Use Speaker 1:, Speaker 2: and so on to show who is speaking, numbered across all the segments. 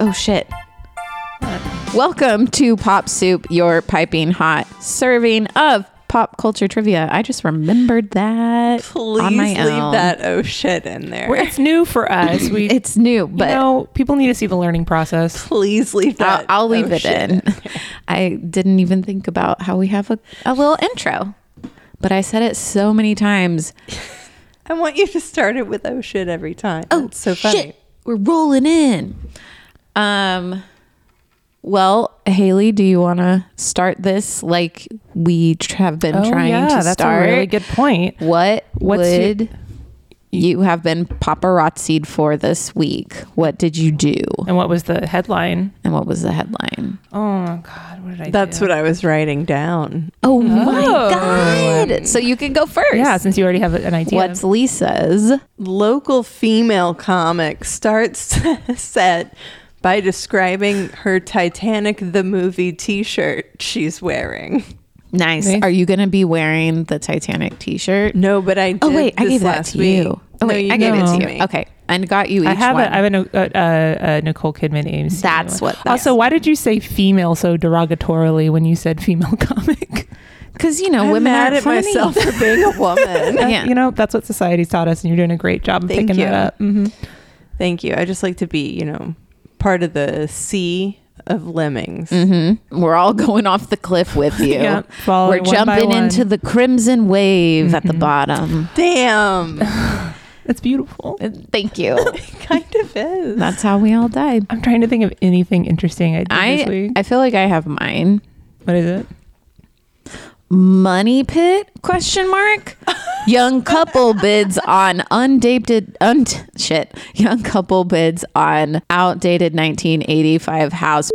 Speaker 1: Oh shit. Welcome to Pop Soup, your piping hot serving of pop culture trivia. I just remembered that.
Speaker 2: Please
Speaker 1: on my
Speaker 2: leave
Speaker 1: own.
Speaker 2: that oh shit in there.
Speaker 3: We're- It's new for us. We
Speaker 1: It's new,
Speaker 3: you
Speaker 1: but
Speaker 3: know people need to see the learning process.
Speaker 2: Please leave
Speaker 1: I'll,
Speaker 2: that.
Speaker 1: I'll
Speaker 2: oh
Speaker 1: leave it
Speaker 2: shit
Speaker 1: in. I didn't even think about how we have a, a little intro, but I said it so many times.
Speaker 2: I want you to start it with oh shit every time. That's so funny.
Speaker 1: Shit, we're rolling in. Um, well, Haley, do you want to start this like we tr- have been trying to
Speaker 3: Oh, that's
Speaker 1: start?
Speaker 3: a really good point.
Speaker 1: What
Speaker 3: What's your-
Speaker 1: would you have been paparazzied for this week? What did you do?
Speaker 3: And what was the headline?
Speaker 1: And what was the headline?
Speaker 3: Oh God, what did I?
Speaker 2: That's
Speaker 3: do?
Speaker 2: what I was writing down.
Speaker 1: Oh, my god! So you can go first.
Speaker 3: Yeah, since you already have an idea.
Speaker 1: What's Lisa's?
Speaker 2: Local female comic starts set by describing her Titanic the movie T-shirt she's wearing.
Speaker 1: Nice.
Speaker 3: Nice.
Speaker 1: Are you going to be wearing the Titanic T-shirt?
Speaker 2: No, but I. Did
Speaker 1: Oh wait, I
Speaker 2: this
Speaker 1: gave that
Speaker 2: last
Speaker 1: to
Speaker 2: week.
Speaker 1: you. Oh
Speaker 2: No,
Speaker 1: wait, I gave
Speaker 2: gave
Speaker 1: it
Speaker 3: No.
Speaker 1: to
Speaker 2: me.
Speaker 1: you. Okay, and got you each
Speaker 3: I have
Speaker 1: one.
Speaker 3: a, I have a, a, a, a Nicole Kidman Ames.
Speaker 1: That's what that
Speaker 3: also, why did you say female so derogatorily when you said female comic?
Speaker 1: Because you know,
Speaker 2: I'm
Speaker 1: women aren't
Speaker 2: mad at
Speaker 1: funny.
Speaker 2: myself for being a woman.
Speaker 1: Yeah.
Speaker 3: You know, that's what society's taught us, and you're doing a great job of
Speaker 2: Thank
Speaker 3: picking
Speaker 2: you.
Speaker 3: that up. hmm
Speaker 2: Thank you. I just like to be, you know, part of the sea of lemmings.
Speaker 1: Mm. Mm-hmm. We're all going off the cliff with you.
Speaker 3: Yeah, follow
Speaker 1: We're
Speaker 3: it one by
Speaker 1: jumping
Speaker 3: one.
Speaker 1: into the crimson wave at
Speaker 2: Mm-hmm.
Speaker 1: the bottom.
Speaker 2: Damn,
Speaker 3: That's beautiful.
Speaker 1: Thank you.
Speaker 2: kind of is.
Speaker 1: That's how we all died.
Speaker 3: I'm trying to think of anything interesting I did this
Speaker 1: I
Speaker 3: week.
Speaker 1: I feel like I have mine.
Speaker 3: what is it?
Speaker 1: Money pit? Question mark. Young couple bids on undated un shit. Young couple bids on outdated 1985 house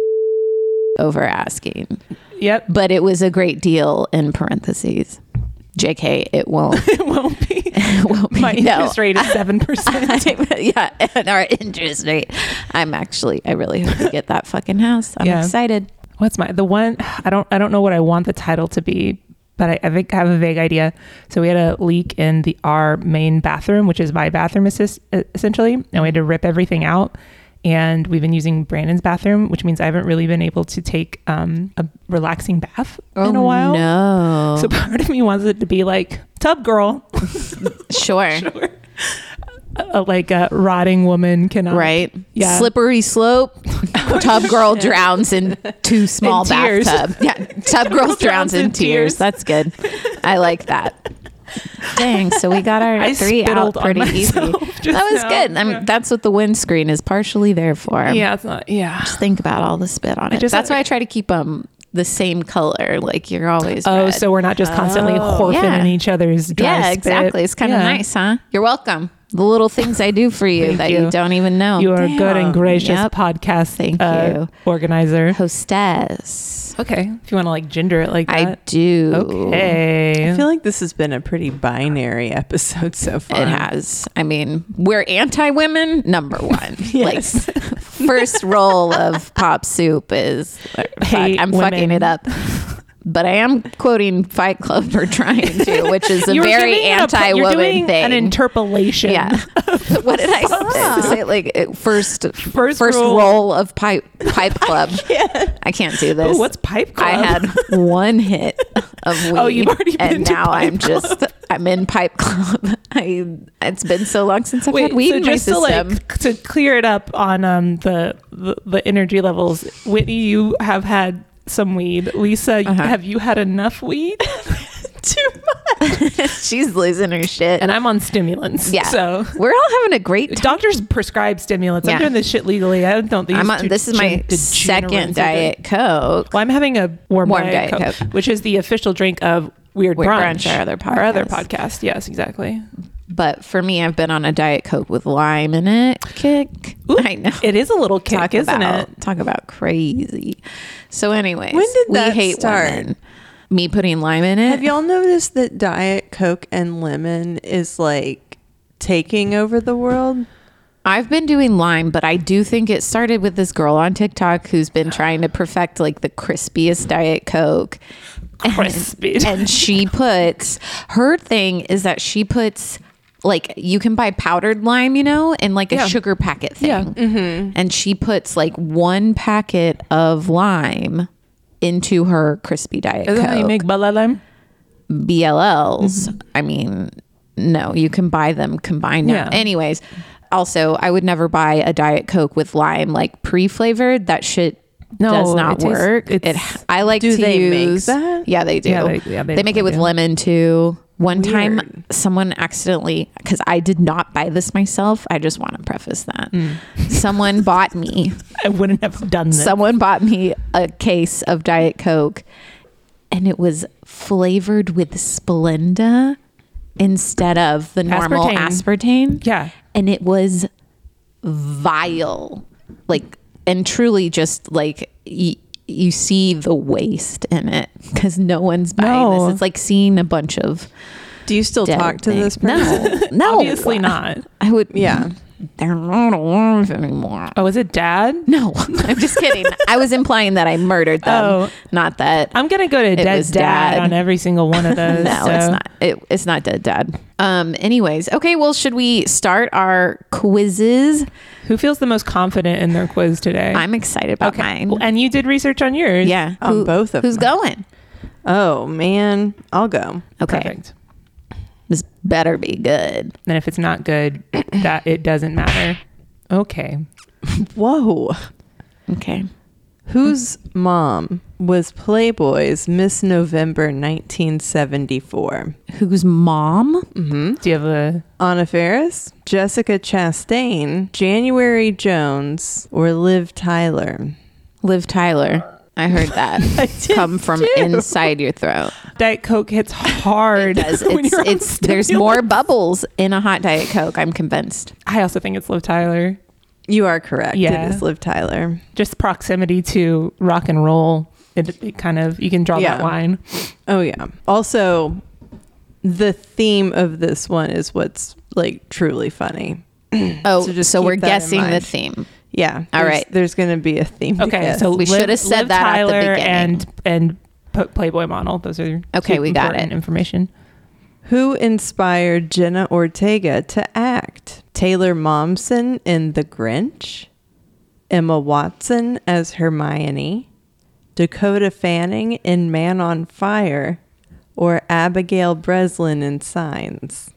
Speaker 1: over asking.
Speaker 3: Yep.
Speaker 1: but it was a great deal in parentheses. JK, it won't.
Speaker 3: It won't be.
Speaker 1: It won't be.
Speaker 3: My
Speaker 1: no.
Speaker 3: interest rate is seven percent.
Speaker 1: yeah, and our interest rate. I'm actually, I really hope we get that fucking house. I'm
Speaker 3: Yeah.
Speaker 1: excited.
Speaker 3: What's my the one? I don't I don't know what I want the title to be, but I, I think I have a vague idea. So we had a leak in the our main bathroom, which is my bathroom assist, essentially, and we had to rip everything out. And we've been using Brandon's bathroom, which means I haven't really been able to take um, a relaxing bath in a while.
Speaker 1: Oh, No,
Speaker 3: So part of me wants it to be like tub girl,
Speaker 1: sure,
Speaker 3: a, like a rotting woman cannot
Speaker 1: right?
Speaker 3: Yeah.
Speaker 1: Slippery slope. tub girl drowns in too small
Speaker 3: In tears.
Speaker 1: bathtub. Yeah, tub girl drowns in tears. That's good. I like that. Dang, so we got our
Speaker 3: I
Speaker 1: three out
Speaker 3: spittled on
Speaker 1: pretty easy.
Speaker 3: myself just
Speaker 1: That was
Speaker 3: now.
Speaker 1: good. I mean, that's what the windscreen is partially there for.
Speaker 3: Yeah, it's not. Yeah.
Speaker 1: Just think about all the spit on it.
Speaker 3: just-
Speaker 1: that's why I try to keep them the same color. Like you're always.
Speaker 3: Oh,
Speaker 1: red. Oh.
Speaker 3: so we're not just constantly horfing
Speaker 1: Yeah.
Speaker 3: in each other's dry
Speaker 1: yeah,
Speaker 3: spit.
Speaker 1: exactly. It's kind of
Speaker 3: Yeah.
Speaker 1: nice, huh? You're welcome. The little things I do for you
Speaker 3: Thank
Speaker 1: that you.
Speaker 3: you.
Speaker 1: don't even know.
Speaker 3: You are a good
Speaker 2: Damn.
Speaker 3: and gracious
Speaker 1: Oh, Yep.
Speaker 3: podcast
Speaker 1: Thank
Speaker 3: uh,
Speaker 1: you.
Speaker 3: organizer.
Speaker 1: hostess.
Speaker 3: Okay, if you want to like gender it like
Speaker 1: I
Speaker 3: that.
Speaker 1: do.
Speaker 3: Okay.
Speaker 2: I feel like this has been a pretty binary episode so far.
Speaker 1: It has. I mean, we're anti women, number one.
Speaker 2: Yes.
Speaker 1: Like, first roll of pop soup is fuck,
Speaker 3: Hate
Speaker 1: I'm
Speaker 3: women.
Speaker 1: fucking it up. But I am quoting Fight Club or trying to, which is a
Speaker 3: You were
Speaker 1: very
Speaker 3: giving a-
Speaker 1: anti
Speaker 3: You're
Speaker 1: woman
Speaker 3: doing
Speaker 1: thing.
Speaker 3: an interpolation.
Speaker 1: yeah. what did I say? Say it like it- first first,
Speaker 3: First
Speaker 1: roll.
Speaker 3: roll.
Speaker 1: of pipe pipe club. I can't, do this.
Speaker 3: Ooh, what's pipe club?
Speaker 1: I had one hit of weed.
Speaker 3: Oh, you've already been
Speaker 1: and
Speaker 3: to
Speaker 1: now
Speaker 3: pipe
Speaker 1: I'm just I'm in pipe club. I it's been so long since I've
Speaker 3: Wait,
Speaker 1: had weed
Speaker 3: so
Speaker 1: in my
Speaker 3: just to
Speaker 1: system.
Speaker 3: like to clear it up on um the, the the energy levels, Whitney, you have had some weed. Lisa,
Speaker 1: Uh-huh.
Speaker 3: have you had enough weed?
Speaker 2: Too much.
Speaker 1: She's losing her shit.
Speaker 3: and I'm on stimulants.
Speaker 1: yeah,
Speaker 3: So
Speaker 1: we're all having a great time.
Speaker 3: doctors prescribe stimulants.
Speaker 1: Yeah.
Speaker 3: I'm doing this shit legally. I don't think
Speaker 1: I'm on, this is my second diet coke.
Speaker 3: Well, I'm having a warm,
Speaker 1: Warm
Speaker 3: diet,
Speaker 1: Diet
Speaker 3: Coke, which is the official drink of Weird,
Speaker 1: Weird
Speaker 3: Brunch,
Speaker 1: Brunch, our other
Speaker 3: Our other
Speaker 1: podcast.
Speaker 3: podcast. Yes, exactly.
Speaker 1: But for me, I've been on a diet coke with lime in it. Kick.
Speaker 3: Ooh,
Speaker 1: I know.
Speaker 3: It is a little kick,
Speaker 1: talk
Speaker 3: isn't
Speaker 1: about,
Speaker 3: it?
Speaker 1: Talk about crazy. So, anyways,
Speaker 2: When did
Speaker 1: we
Speaker 2: that
Speaker 1: hate
Speaker 2: start?
Speaker 1: women. Me putting lime in it.
Speaker 2: Have y'all noticed that Diet Coke and lemon is like taking over the world?
Speaker 1: I've been doing lime, but I do think it started with this girl on TikTok who's been trying to perfect like the crispiest Diet Coke.
Speaker 3: Crispy.
Speaker 1: And she puts her thing is that she puts like you can buy powdered lime, you know, in like a
Speaker 3: Yeah.
Speaker 1: sugar packet thing.
Speaker 3: Yeah. Mm-hmm.
Speaker 1: And she puts like one packet of lime into her crispy diet
Speaker 3: Is that how you
Speaker 1: Coke.
Speaker 3: make bala lime?
Speaker 1: BLLs.
Speaker 3: Mm-hmm.
Speaker 1: I mean, no, you can buy them combined now.
Speaker 3: Yeah.
Speaker 1: Anyways, also, I would never buy a Diet Coke with lime like pre-flavored. That shit
Speaker 3: No,
Speaker 1: does not
Speaker 3: it tastes-
Speaker 1: work. It.
Speaker 3: it's-
Speaker 1: I like
Speaker 2: Do
Speaker 1: to
Speaker 2: they make
Speaker 1: use
Speaker 2: that?
Speaker 1: Yeah, they do.
Speaker 3: Yeah, they- yeah,
Speaker 1: they,
Speaker 3: they
Speaker 1: make it with
Speaker 3: do.
Speaker 1: lemon too. One time,
Speaker 2: Weird.
Speaker 1: someone accidentally, because I did not buy this myself. I just want to preface that
Speaker 3: Mm.
Speaker 1: someone bought me
Speaker 3: I wouldn't have done that.
Speaker 1: someone bought me a case of Diet Coke and it was flavored with Splenda instead of the normal aspartame.
Speaker 3: Aspartame. Yeah.
Speaker 1: And it was vile. Like, and truly just like y- you see the waste in it because no one's buying
Speaker 3: No.
Speaker 1: this. It's like seeing a bunch of.
Speaker 2: Do you still
Speaker 1: dead
Speaker 2: talk to
Speaker 1: things.
Speaker 2: this person?
Speaker 1: No, no.
Speaker 3: Obviously not.
Speaker 1: I would.
Speaker 2: Yeah.
Speaker 1: They're not alive anymore.
Speaker 3: Oh, is it dad?
Speaker 1: No, I'm just kidding. I was implying that I murdered them,
Speaker 3: Oh.
Speaker 1: not that.
Speaker 3: I'm gonna go to
Speaker 1: was
Speaker 3: dad's dad,
Speaker 1: dad.
Speaker 3: on every single one of those.
Speaker 1: no,
Speaker 3: so.
Speaker 1: it's not. It, it's not dead dad. Um. Anyways, okay. Well, should we start our quizzes?
Speaker 3: Who feels the most confident in their quiz today?
Speaker 1: I'm excited about mine.
Speaker 3: Well, and you did research on yours.
Speaker 1: yeah.
Speaker 2: On both of
Speaker 1: Who's
Speaker 2: mine.
Speaker 1: going?
Speaker 2: Oh man, I'll go.
Speaker 1: Okay.
Speaker 3: Perfect.
Speaker 1: This better be good.
Speaker 3: And if it's not good, that it doesn't matter. Okay.
Speaker 2: Whoa.
Speaker 1: Okay.
Speaker 2: Whose mom was Playboy's Miss November 1974?
Speaker 1: Whose mom?
Speaker 3: Do you have a
Speaker 2: Anna Faris, Jessica Chastain, January Jones, or Liv Tyler?
Speaker 1: Liv Tyler. I heard that come from inside your throat.
Speaker 3: Diet Coke hits hard?
Speaker 1: Because
Speaker 3: when
Speaker 1: it's,
Speaker 3: you're on
Speaker 1: it's there's
Speaker 3: stimulants.
Speaker 1: more bubbles in a hot diet coke. I'm convinced.
Speaker 3: I also think it's Liv Tyler.
Speaker 2: You are correct.
Speaker 3: Yeah.
Speaker 2: It is Liv Tyler.
Speaker 3: Just proximity to rock and roll. It, it kind of you can draw
Speaker 2: Yeah.
Speaker 3: that line.
Speaker 2: Oh, yeah. Also, the theme of this one is what's like truly funny.
Speaker 1: Oh,
Speaker 2: So
Speaker 1: so,
Speaker 2: just keep
Speaker 1: we're
Speaker 2: that in
Speaker 1: guessing the
Speaker 2: mind.
Speaker 1: theme.
Speaker 2: Yeah.
Speaker 1: All
Speaker 2: there's-
Speaker 1: right.
Speaker 2: There's going to be a theme. to
Speaker 3: Okay,
Speaker 2: this.
Speaker 3: so
Speaker 1: We
Speaker 3: Liv-
Speaker 1: should have said
Speaker 3: Liv
Speaker 1: that at the
Speaker 3: Tyler
Speaker 1: beginning.
Speaker 3: and and P- Playboy model. Those are
Speaker 1: Okay,
Speaker 3: two
Speaker 1: we got
Speaker 3: important
Speaker 1: it.
Speaker 3: Information.
Speaker 2: Who inspired Jenna Ortega to act? Taylor Momsen in The Grinch? Emma Watson as Hermione? Dakota Fanning in Man on Fire? Or Abigail Breslin in Signs?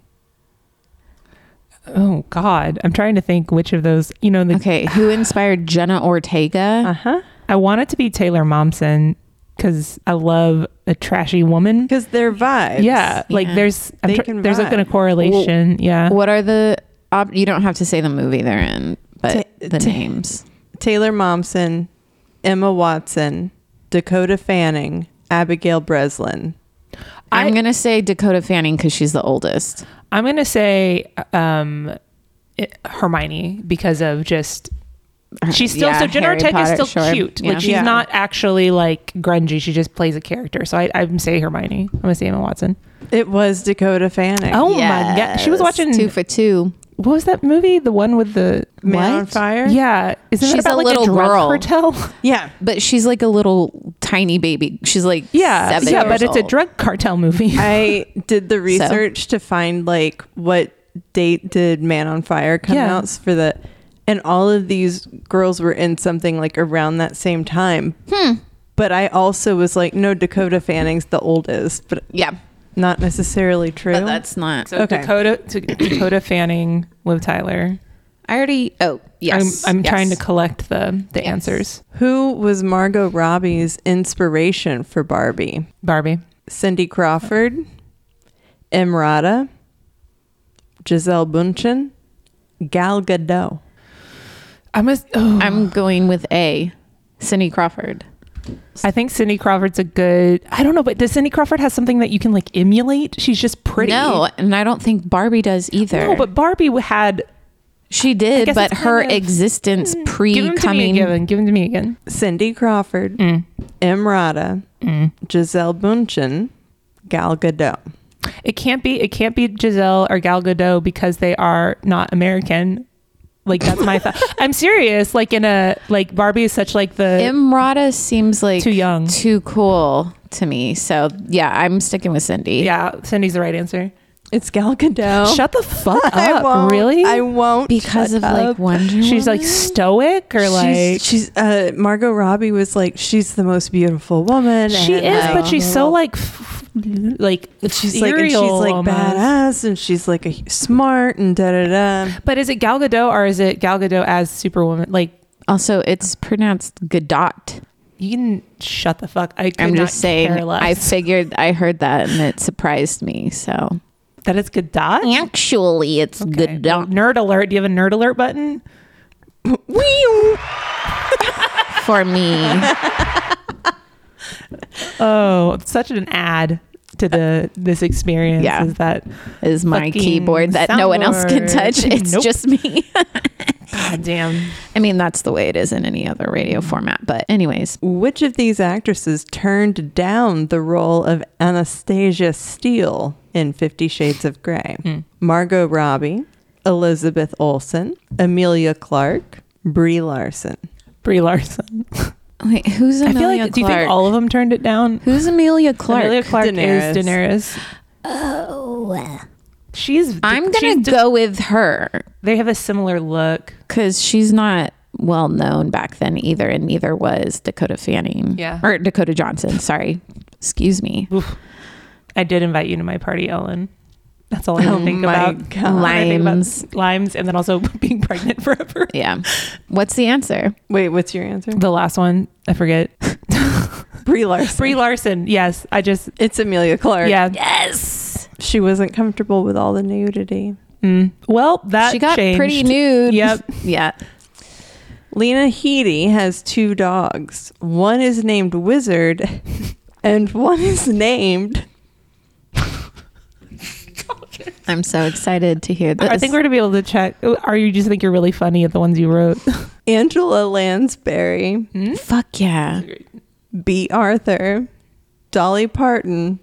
Speaker 3: Oh God, I'm trying to think which of those. You know, the,
Speaker 1: Okay, who inspired Jenna Ortega?
Speaker 2: Uh huh.
Speaker 3: I want it to be Taylor Momsen because I love a trashy woman.
Speaker 2: Because they're vibes.
Speaker 3: Yeah, like
Speaker 1: Yeah.
Speaker 3: there's I'm
Speaker 2: They
Speaker 3: tr-
Speaker 2: can
Speaker 3: there's like
Speaker 2: vibe.
Speaker 3: a correlation. yeah,
Speaker 1: What are the? Op- you don't have to say the movie they're in, but
Speaker 2: Ta-
Speaker 1: the
Speaker 2: ta-
Speaker 1: names.
Speaker 2: Taylor Momsen, Emma Watson, Dakota Fanning, Abigail Breslin.
Speaker 1: I'm
Speaker 3: I-
Speaker 1: gonna say Dakota Fanning because she's the oldest.
Speaker 3: I'm gonna say um, it, Hermione because of just she's still
Speaker 1: Yeah,
Speaker 3: so Jenna
Speaker 1: Harry
Speaker 3: Ortega is
Speaker 1: Potter,
Speaker 3: still
Speaker 1: sure.
Speaker 3: cute.
Speaker 1: Yeah.
Speaker 3: Like she's
Speaker 2: Yeah.
Speaker 3: not actually like grungy. She just plays a character. So I, I'm say Hermione. I'm gonna say Emma Watson.
Speaker 2: It was Dakota Fanning.
Speaker 3: Oh my god, she was
Speaker 1: Yes,
Speaker 3: watching
Speaker 1: two for two.
Speaker 3: what was that movie? The one with the
Speaker 2: Man
Speaker 1: What?
Speaker 2: on Fire?
Speaker 3: yeah, isn't
Speaker 1: She's
Speaker 3: that about
Speaker 1: a
Speaker 3: like
Speaker 1: little
Speaker 3: a drug
Speaker 1: girl.
Speaker 3: cartel?
Speaker 2: Yeah.
Speaker 1: But she's like a little tiny baby. She's like
Speaker 3: Yeah,
Speaker 1: seven
Speaker 3: yeah,
Speaker 1: years
Speaker 3: but it's a
Speaker 1: old.
Speaker 3: drug cartel movie.
Speaker 2: I did the research to find like what date did Man on Fire come
Speaker 3: Yeah.
Speaker 2: out for the and all of these girls were in something like around that same time.
Speaker 1: Hmm.
Speaker 2: But I also was like, no, Dakota Fanning's the oldest, but
Speaker 1: Yeah,
Speaker 2: not necessarily true.
Speaker 1: but that's not.
Speaker 3: So
Speaker 2: Okay.
Speaker 3: Dakota, to, Dakota Fanning, Liv Tyler.
Speaker 1: I already. Oh yes,
Speaker 3: I'm, I'm
Speaker 1: yes.
Speaker 3: trying to collect the the
Speaker 1: Yes.
Speaker 3: answers.
Speaker 2: Who was Margot Robbie's inspiration for Barbie?
Speaker 3: Barbie,
Speaker 2: Cindy Crawford, Emrata, Giselle Bundchen, Gal Gadot.
Speaker 3: I'm a. Oh,
Speaker 1: I'm going with A. Cindy Crawford.
Speaker 3: I think Cindy Crawford's a good. I don't know, but does Cindy Crawford has something that you can like emulate? She's just pretty.
Speaker 1: No, and I don't think Barbie does either.
Speaker 3: no, but Barbie had.
Speaker 1: she did.
Speaker 3: guess
Speaker 1: But
Speaker 3: it's
Speaker 1: her
Speaker 3: kind of- Hmm.
Speaker 1: existence
Speaker 3: Give them
Speaker 1: pre
Speaker 3: to me
Speaker 1: coming
Speaker 3: again. Give them to me again.
Speaker 2: Cindy Crawford,
Speaker 3: Mm.
Speaker 2: Emrata,
Speaker 3: Mm.
Speaker 2: Giselle Bundchen, Gal Gadot.
Speaker 3: It can't be. It can't be Giselle or Gal Gadot because they are not American. Like that's my thought. I'm serious. Like in a like Barbie is such like the
Speaker 1: Imrata seems like
Speaker 3: Too young.
Speaker 1: too cool to me. So yeah, I'm sticking with Cindy.
Speaker 3: yeah. Cindy's the right answer.
Speaker 2: It's Gal Gadot.
Speaker 1: Oh.
Speaker 3: Shut the fuck up.
Speaker 2: I won't.
Speaker 3: Really?
Speaker 2: I won't.
Speaker 1: because
Speaker 2: shut
Speaker 1: of like
Speaker 2: up.
Speaker 1: Wonder
Speaker 3: She's like stoic or like.
Speaker 2: she's, she's uh Margot Robbie was like she's the most beautiful woman.
Speaker 3: she
Speaker 2: and,
Speaker 3: is,
Speaker 2: like,
Speaker 3: but she's so like, f- like
Speaker 2: she's like and she's
Speaker 3: ethereal
Speaker 2: like
Speaker 3: almost.
Speaker 2: badass and she's like a, smart and da da da.
Speaker 3: But is it Gal Gadot or is it Gal Gadot as Superwoman? Like
Speaker 1: also it's pronounced Godot.
Speaker 3: you can shut the fuck. I could
Speaker 1: I'm
Speaker 3: not
Speaker 1: just saying.
Speaker 3: care less.
Speaker 1: I figured I heard that and it surprised me. So
Speaker 3: that is Gadot.
Speaker 1: actually, it's
Speaker 3: Okay. Nerd alert. Do you have a nerd alert button?
Speaker 2: Wee!
Speaker 1: for me.
Speaker 3: Oh, it's such an ad to the this experience.
Speaker 1: Yeah.
Speaker 3: Is that
Speaker 1: Is my
Speaker 3: Fucking
Speaker 1: keyboard that no one else can
Speaker 3: soundboard.
Speaker 1: touch? It's
Speaker 3: Nope.
Speaker 1: just me.
Speaker 3: God damn.
Speaker 1: I mean, that's the way it is in any other radio format. But anyways,
Speaker 2: Which of these actresses turned down the role of Anastasia Steele in Fifty Shades of Grey? Margot Robbie, Elizabeth Olsen, Amelia Clark, Brie Larson.
Speaker 3: Brie Larson.
Speaker 1: wait, who's
Speaker 3: I
Speaker 1: Amelia
Speaker 3: feel like.
Speaker 1: Clark?
Speaker 3: Do you think all of them turned it down?
Speaker 1: who's Amelia Clark?
Speaker 3: Amelia Clark
Speaker 2: Daenerys.
Speaker 3: is Daenerys.
Speaker 1: oh,
Speaker 3: She's.
Speaker 1: I'm
Speaker 3: she's
Speaker 1: gonna
Speaker 3: di-
Speaker 1: go with her
Speaker 3: they have a similar look.
Speaker 1: because she's not well known back then either, and neither was Dakota Fanning.
Speaker 3: Yeah.
Speaker 1: or Dakota Johnson. Sorry, excuse me.
Speaker 3: I did invite you to my party, Ellen. That's all I can
Speaker 2: Oh
Speaker 3: think
Speaker 2: my
Speaker 3: about.
Speaker 2: God.
Speaker 3: When I think about
Speaker 1: Limes.
Speaker 3: limes, and then also being pregnant forever.
Speaker 1: Yeah. What's the answer?
Speaker 2: Wait, what's your answer?
Speaker 3: The last one, I forget.
Speaker 2: Brie Larson.
Speaker 3: Brie Larson. Yes, I just.
Speaker 2: it's Amelia Clark.
Speaker 3: Yeah.
Speaker 1: Yes.
Speaker 2: She wasn't comfortable with all the nudity.
Speaker 3: Mm. Well, that
Speaker 1: she got
Speaker 3: changed.
Speaker 1: pretty nude.
Speaker 3: Yep.
Speaker 1: Yeah.
Speaker 2: Lena Headey has two dogs. One is named Wizard, and one is named.
Speaker 1: I'm so excited to hear this.
Speaker 3: I think we're gonna be able to check. Oh, Are you just think you're really funny at the ones you wrote? Hmm?
Speaker 2: Angela Lansbury,
Speaker 1: Fuck yeah.
Speaker 2: B. Arthur, Dolly Parton,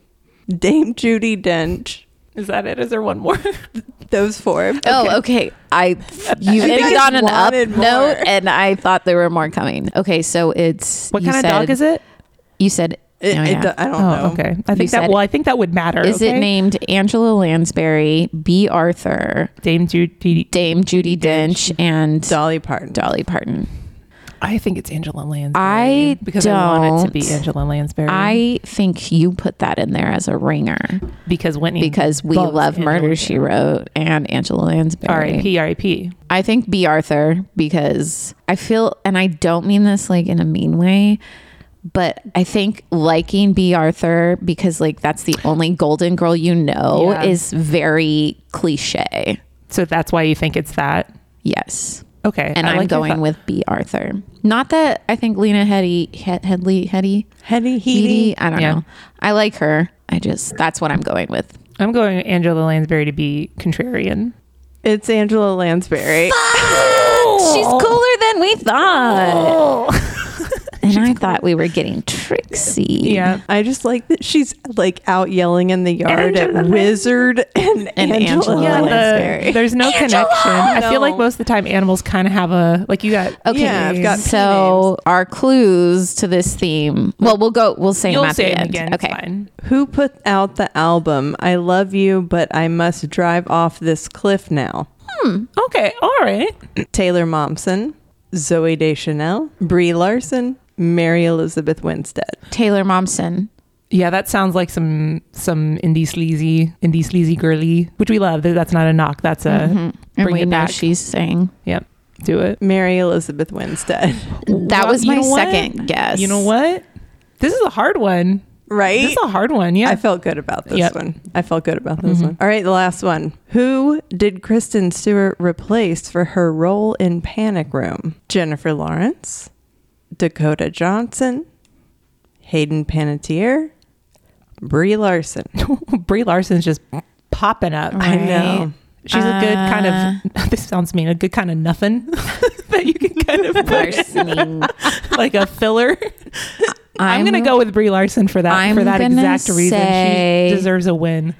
Speaker 2: Dame Judy Dench.
Speaker 3: Is that it? Is there one more?
Speaker 2: Those four.
Speaker 1: Oh, okay. I you
Speaker 2: I
Speaker 1: ended
Speaker 2: just
Speaker 1: on an up
Speaker 2: wanted more.
Speaker 1: note, and I thought there were more coming. Okay, so it's
Speaker 3: What
Speaker 1: you
Speaker 3: kind of
Speaker 1: said-
Speaker 3: dog is it?
Speaker 1: You said
Speaker 2: It-
Speaker 1: oh,
Speaker 2: it
Speaker 1: yeah.
Speaker 2: do- I don't know.
Speaker 3: okay. I think
Speaker 1: said
Speaker 3: that.
Speaker 1: it.
Speaker 3: Well, I think that would matter.
Speaker 1: Is it
Speaker 3: okay?
Speaker 1: named Angela Lansbury, B. Arthur,
Speaker 3: Dame Judy?
Speaker 1: Dame Judy Dench, and
Speaker 2: Dolly Parton.
Speaker 1: Dolly Parton?
Speaker 3: I think it's Angela Lansbury.
Speaker 1: I
Speaker 3: because I want it to be
Speaker 1: don't.
Speaker 3: Angela Lansbury.
Speaker 1: I think you put that in there as a ringer
Speaker 3: because Whitney
Speaker 1: because we
Speaker 3: loves
Speaker 1: love
Speaker 3: Angela
Speaker 1: Murder She Wrote and Angela Lansbury.
Speaker 3: R.I.P. R.I.P.
Speaker 1: I think B. Arthur because I feel, and I don't mean this like in a mean way, but I think liking B. Arthur because like that's the only golden girl you know
Speaker 3: Yeah.
Speaker 1: is very cliche.
Speaker 3: So that's why you think it's that.
Speaker 1: Yes.
Speaker 3: Okay.
Speaker 1: And
Speaker 3: I
Speaker 1: I'm
Speaker 3: like your
Speaker 1: going
Speaker 3: thought.
Speaker 1: with B. Arthur. Not that I think Lena Headey, Head, Headley, Heady, Heady,
Speaker 2: Hetty Heady.
Speaker 1: I don't
Speaker 3: Yeah.
Speaker 1: know. I like her. I just, that's what I'm going with.
Speaker 3: I'm going with Angela Lansbury to be contrarian.
Speaker 2: It's Angela Lansbury.
Speaker 1: She's
Speaker 3: Oh.
Speaker 1: cooler than we thought.
Speaker 2: Oh.
Speaker 1: And I thought we were getting tricksy.
Speaker 3: Yeah.
Speaker 2: I just like that she's like out yelling in the yard at
Speaker 3: Angela.
Speaker 2: Wizard and,
Speaker 1: And
Speaker 2: Angela,
Speaker 1: Angela.
Speaker 3: Yeah, the-
Speaker 1: Lansbury.
Speaker 3: there's no connection. I feel like
Speaker 2: No.
Speaker 3: most of the time animals kind of have a like you got
Speaker 1: Okay.
Speaker 2: Yeah, I've got
Speaker 1: so our clues to this theme. Well, we'll go. We'll say
Speaker 3: you'll
Speaker 1: them at
Speaker 3: say
Speaker 1: the
Speaker 3: it
Speaker 1: end.
Speaker 3: again.
Speaker 1: okay.
Speaker 3: It's fine.
Speaker 2: Who put out the album I Love You But I Must Drive Off This Cliff Now?
Speaker 3: Okay. All right.
Speaker 2: Taylor Momsen, Zoe Deschanel, Brie Larson, Mary Elizabeth Winstead.
Speaker 1: Taylor Momsen.
Speaker 3: Yeah, that sounds like some some indie sleazy, indie sleazy girly, which we love. That's not a knock. That's a
Speaker 1: And
Speaker 3: bring
Speaker 1: we
Speaker 3: it
Speaker 1: know
Speaker 3: back.
Speaker 1: she's saying
Speaker 3: Yep. Do it.
Speaker 2: Mary Elizabeth Winstead.
Speaker 1: that
Speaker 3: Well,
Speaker 1: was
Speaker 3: you
Speaker 1: my
Speaker 3: know what?
Speaker 1: second guess.
Speaker 3: You know what? This is a hard one. This
Speaker 2: Right?
Speaker 3: is a hard one. Yeah.
Speaker 2: I felt good about this
Speaker 3: Yep.
Speaker 2: one. I felt good about
Speaker 1: Mm-hmm.
Speaker 2: this one. All right, the last one. Who did Kristen Stewart replace for her role in Panic Room? Jennifer Lawrence, Dakota Johnson, Hayden Panettiere, Brie Larson.
Speaker 3: Brie Larson's just popping up.
Speaker 1: I know.
Speaker 3: She's a good kind of. This sounds mean. A good kind of nothing that you can kind of put
Speaker 1: Larson.
Speaker 3: like a filler. I'm, gonna go with Brie Larson for that
Speaker 1: I'm
Speaker 3: for that
Speaker 1: gonna
Speaker 3: exact reason.
Speaker 1: say-
Speaker 3: She deserves a win.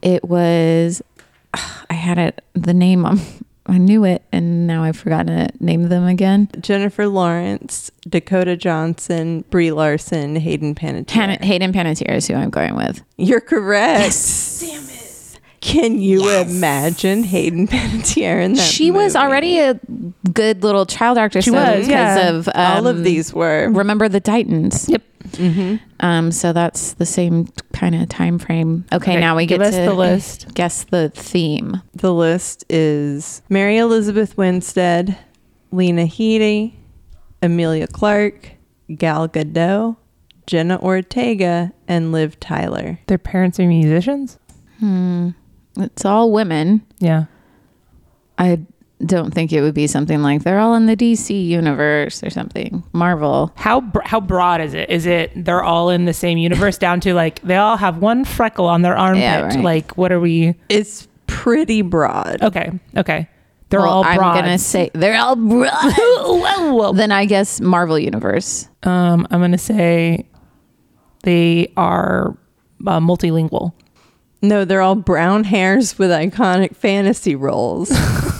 Speaker 1: It was. I had it. The name. Um, I knew it, and now I've forgotten it. Name them again.
Speaker 2: Jennifer Lawrence, Dakota Johnson, Brie Larson, Hayden Panettiere.
Speaker 1: Pan- Hayden Panettiere is who I'm going with.
Speaker 2: You're correct.
Speaker 1: Yes. Damn it.
Speaker 2: Can you imagine Hayden Panettiere in that?
Speaker 1: she was
Speaker 2: movie?
Speaker 1: already a good little child actress.
Speaker 3: She
Speaker 1: though,
Speaker 3: was,
Speaker 1: because
Speaker 3: yeah.
Speaker 1: of um,
Speaker 2: All of these were.
Speaker 1: Remember the Titans.
Speaker 3: Yep.
Speaker 2: Mm-hmm.
Speaker 1: Um, so that's the same kind of time frame. Okay,
Speaker 3: Okay,
Speaker 1: now we
Speaker 3: give
Speaker 1: get
Speaker 3: us
Speaker 1: to
Speaker 3: the list.
Speaker 1: Guess the theme.
Speaker 2: The list is Mary Elizabeth Winstead, Lena Headey, Amelia Clark, Gal Gadot, Jenna Ortega, and Liv Tyler.
Speaker 3: Their parents are musicians.
Speaker 1: Hmm. It's all women.
Speaker 3: Yeah.
Speaker 1: I don't think it would be something like they're all in the DC universe or something. Marvel.
Speaker 3: How br- how broad is it? Is it they're all in the same universe down to like they all have one freckle on their armpit?
Speaker 1: Yeah, right.
Speaker 3: Like what are we?
Speaker 2: It's pretty broad.
Speaker 3: Okay, okay. They're
Speaker 1: Well,
Speaker 3: all broad.
Speaker 1: I'm gonna say they're all broad. then I guess Marvel universe.
Speaker 3: um, I'm gonna say they are uh, multilingual.
Speaker 2: No, they're all brown hairs with iconic fantasy roles.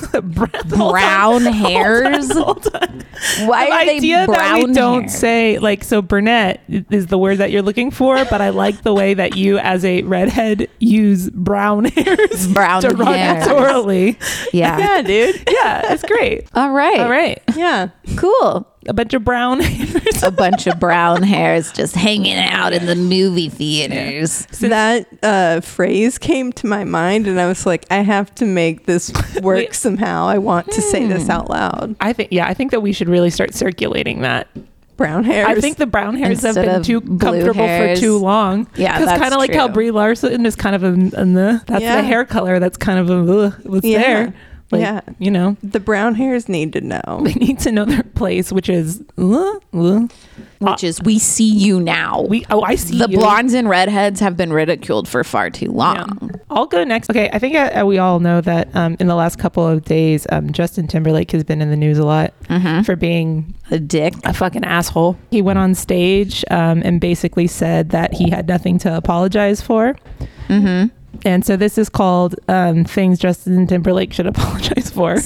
Speaker 1: Brown hairs. Why
Speaker 3: The
Speaker 1: are they
Speaker 3: idea
Speaker 1: brown?
Speaker 3: that we don't
Speaker 1: hair?
Speaker 3: say like so brunette is the word that you're looking for, but I like the way that you as a redhead use brown hairs
Speaker 1: brown hair.
Speaker 3: derogatorily.
Speaker 1: Yeah.
Speaker 2: yeah, dude.
Speaker 3: Yeah, it's great.
Speaker 1: All right.
Speaker 3: All right.
Speaker 2: Yeah.
Speaker 1: Cool.
Speaker 3: A bunch of brown hairs.
Speaker 1: a bunch of brown hairs just hanging out in the movie theaters.
Speaker 2: that uh, phrase came to my mind, and I was like, I have to make this work somehow. I want to say this out loud.
Speaker 3: I think yeah, I think that we should really start circulating that.
Speaker 2: Brown hairs.
Speaker 3: I think the brown hairs
Speaker 1: Instead
Speaker 3: have been
Speaker 1: of
Speaker 3: too
Speaker 1: blue
Speaker 3: comfortable
Speaker 1: hairs.
Speaker 3: for too long.
Speaker 1: Yeah,
Speaker 3: because
Speaker 1: that's
Speaker 3: kind of like how
Speaker 1: true.
Speaker 3: Brie Larson is kind of in, in the that's
Speaker 2: Yeah.
Speaker 3: the hair color that's kind of a ugh, what's
Speaker 2: Yeah.
Speaker 3: there. Like,
Speaker 2: Yeah.
Speaker 3: you know,
Speaker 2: the brown hairs need to know.
Speaker 3: they need to know their place, which is uh, uh.
Speaker 1: Which is, we see you now.
Speaker 3: we. Oh, I see
Speaker 1: the
Speaker 3: you.
Speaker 1: blondes and redheads have been ridiculed for far too long.
Speaker 3: Yeah. I'll go next. Okay, I think uh, we all know that um, in the last couple of days, um, Justin Timberlake has been in the news a lot
Speaker 1: Mm-hmm.
Speaker 3: for being
Speaker 1: A dick.
Speaker 3: a fucking asshole. He went on stage um, and basically said that he had nothing to apologize for.
Speaker 1: Mm-hmm.
Speaker 3: And so this is called um, Things Justin Timberlake Should Apologize For.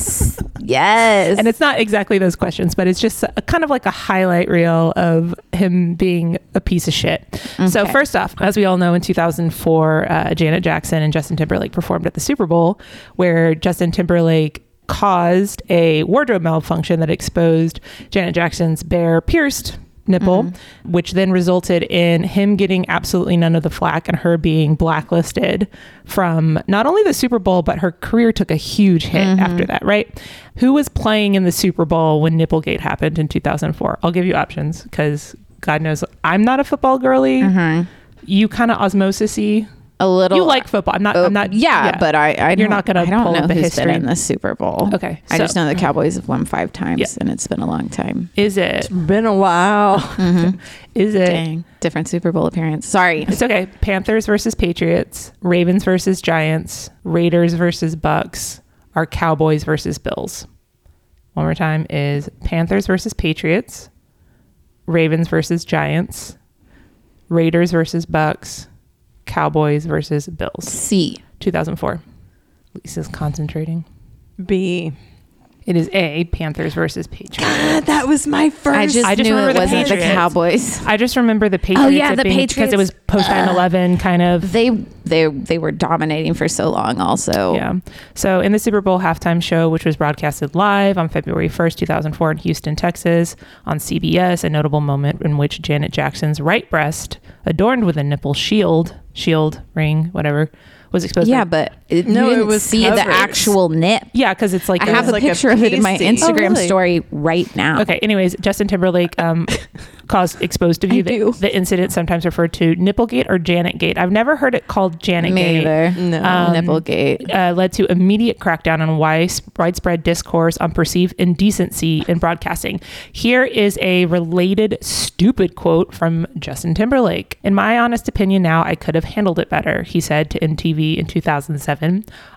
Speaker 1: Yes.
Speaker 3: And it's not exactly those questions, but it's just a, kind of like a highlight reel of him being a piece of shit. So,
Speaker 1: Okay.
Speaker 3: first off, as we all know, in 2004, uh, Janet Jackson and Justin Timberlake performed at the Super Bowl, where Justin Timberlake caused a wardrobe malfunction that exposed Janet Jackson's bare pierced nipple
Speaker 1: Mm-hmm.
Speaker 3: which then resulted in him getting absolutely none of the flack and her being blacklisted from not only the Super Bowl but her career took a huge hit
Speaker 1: Mm-hmm.
Speaker 3: after that right who was playing in the Super Bowl when Nipplegate happened in 2004 I'll give you options cuz god knows I'm not a football girly you kind of osmosisy
Speaker 1: a Mm-hmm. little.
Speaker 3: you like football I'm not
Speaker 1: Oh,
Speaker 3: I'm not
Speaker 1: yeah, but I, I
Speaker 3: You're
Speaker 1: don't-
Speaker 3: not gonna
Speaker 1: I don't
Speaker 3: pull
Speaker 1: know
Speaker 3: up a
Speaker 1: who's
Speaker 3: history.
Speaker 1: been in the Super Bowl.
Speaker 3: Okay,
Speaker 1: I
Speaker 3: so-
Speaker 1: just know the Cowboys have won five times,
Speaker 3: Yeah.
Speaker 1: and it's been a long time.
Speaker 3: is it
Speaker 2: Been a while.
Speaker 3: is it
Speaker 1: Dang, different Super Bowl appearance. Sorry,
Speaker 3: It's okay. Panthers versus Patriots, Ravens versus Giants, Raiders versus Bucks, or Cowboys versus Bills. One more time is Panthers versus Patriots, Ravens versus Giants, Raiders versus Bucks, Cowboys versus Bills.
Speaker 1: C.
Speaker 3: 2004. Lisa's concentrating.
Speaker 2: B.
Speaker 3: It is A, Panthers versus Patriots.
Speaker 2: God, that was my first.
Speaker 1: I just,
Speaker 3: I just
Speaker 1: knew
Speaker 3: remember
Speaker 1: it
Speaker 3: the
Speaker 1: wasn't the
Speaker 3: Patriots.
Speaker 1: Cowboys.
Speaker 3: I just remember the Patriots.
Speaker 1: Oh, yeah,
Speaker 3: it
Speaker 1: the
Speaker 3: being- Because
Speaker 1: Patriots.
Speaker 3: it was post 9 11 kind of.
Speaker 1: They they they were dominating for so long. Also,
Speaker 3: Yeah. So in the Super Bowl halftime show, which was broadcasted live on February 1st, 2004 in Houston, Texas, on CBS, a notable moment in which Janet Jackson's right breast, adorned with a nipple shield, shield, ring, whatever, was exposed.
Speaker 1: yeah,
Speaker 3: by-
Speaker 1: but it,
Speaker 2: No,
Speaker 1: you
Speaker 2: it
Speaker 1: didn't
Speaker 2: was
Speaker 1: see the
Speaker 2: covers.
Speaker 1: actual nip.
Speaker 3: yeah, because it's like
Speaker 1: I
Speaker 3: a-
Speaker 1: have a
Speaker 2: like a
Speaker 1: picture of it in my
Speaker 2: pasty.
Speaker 1: Instagram
Speaker 2: Oh, really?
Speaker 1: story right now.
Speaker 3: Okay. Anyways, Justin Timberlake um, caused exposed to view the,
Speaker 1: do.
Speaker 3: the incident sometimes referred to Nipplegate or Janet Gate. I've never heard it called Janet
Speaker 1: Me
Speaker 3: Gate.
Speaker 1: either.
Speaker 2: No.
Speaker 1: Um, Nipplegate.
Speaker 3: uh, led to immediate crackdown on wise- widespread discourse on perceived indecency in broadcasting. Here is a related stupid quote from Justin Timberlake. In my honest opinion, now I could have handled it better, he said to MTV in 2007.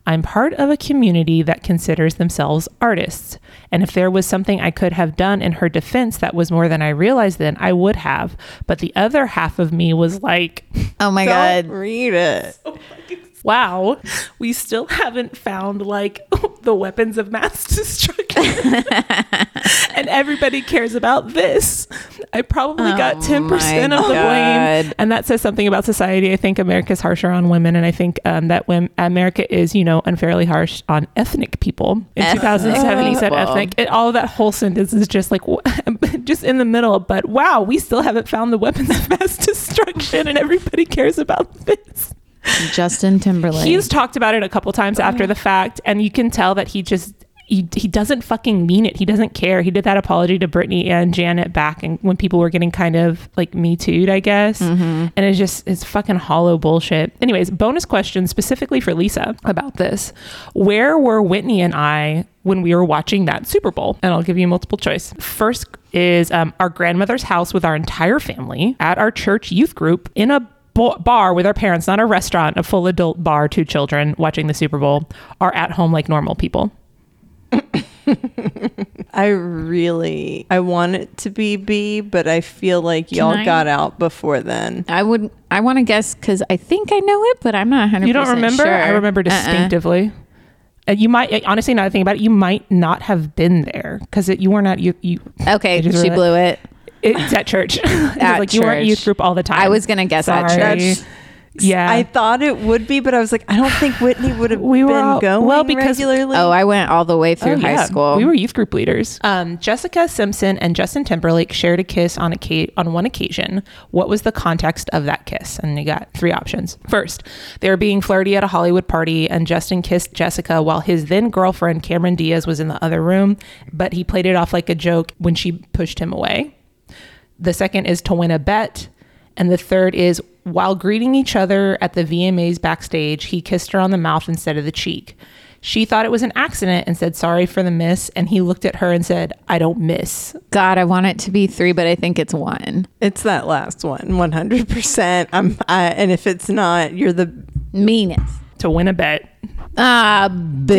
Speaker 3: I'm part of a community that considers themselves artists. And if there was something I could have done in her defense that was more than I realized then, I would have. But the other half of me was like,
Speaker 1: Oh my god.
Speaker 2: Don't read it.
Speaker 3: wow, we still haven't found like the weapons of mass destruction. and everybody cares about this. I probably got
Speaker 1: Oh
Speaker 3: 10%
Speaker 1: my
Speaker 3: of the blame.
Speaker 1: God.
Speaker 3: And that says something about society. I think America's harsher on women. And I think um, that when America is, you know, unfairly harsh on ethnic people. In
Speaker 1: Ethnic
Speaker 3: 2007, he said
Speaker 1: people.
Speaker 3: ethnic. It, all that whole sentence is just like, wh- just in the middle. But wow, we still haven't found the weapons of mass destruction. And everybody cares about this.
Speaker 1: Justin Timberlake.
Speaker 3: He's talked about it a couple times after the fact, and you can tell that he just he, he doesn't fucking mean it. He doesn't care. He did that apology to Britney and Janet back, and when people were getting kind of like me too'd, I guess. And it's just it's fucking hollow bullshit. Anyways, bonus question specifically for Lisa about this: Where were Whitney and I when we were watching that Super Bowl? And I'll give you multiple choice. First is um, our grandmother's house with our entire family at our church youth group in a bo- bar with our parents, not a restaurant, a full adult bar, two children watching the Super Bowl, are at home like normal people.
Speaker 2: I really I want it to be B, but I feel like y'all
Speaker 1: I-
Speaker 2: got out before then.
Speaker 1: I would. I want to guess because I think I know it, but I'm not 100.
Speaker 3: You don't remember?
Speaker 1: Sure.
Speaker 3: I remember
Speaker 1: Uh-uh.
Speaker 3: distinctively. And you might uh, honestly now that I think about it, you might not have been there because you weren't at you. you I
Speaker 1: Okay,
Speaker 3: just
Speaker 1: she
Speaker 3: realized-
Speaker 1: blew it.
Speaker 3: It's at church. It was
Speaker 1: At
Speaker 3: like you weren't
Speaker 1: church.
Speaker 3: youth group all the time.
Speaker 1: I was gonna guess at
Speaker 3: Sorry.
Speaker 1: church.
Speaker 2: That's-
Speaker 3: yeah,
Speaker 2: I thought it would be, but I was like, I don't think Whitney would have
Speaker 3: We were
Speaker 2: been
Speaker 3: all-
Speaker 2: going
Speaker 3: well, because-
Speaker 2: regularly.
Speaker 1: Oh, I went all the way through high
Speaker 3: Oh, yeah.
Speaker 1: school.
Speaker 3: We were youth group leaders. Um, Jessica Simpson and Justin Timberlake shared a kiss on a ca- on one occasion. What was the context of that kiss? And you got three options. First, they were being flirty at a Hollywood party, and Justin kissed Jessica while his then girlfriend Cameron Diaz was in the other room, but he played it off like a joke when she pushed him away. The second is to win a bet. And the third is while greeting each other at the VMAs backstage, he kissed her on the mouth instead of the cheek. She thought it was an accident and said sorry for the miss. And he looked at her and said, I don't miss.
Speaker 1: God, I want it to be three, but I think it's one.
Speaker 2: it's that last one, one hundred percent. I'm, I, and if it's not, you're the
Speaker 1: Meanest.
Speaker 3: To win a bet.
Speaker 1: Ah,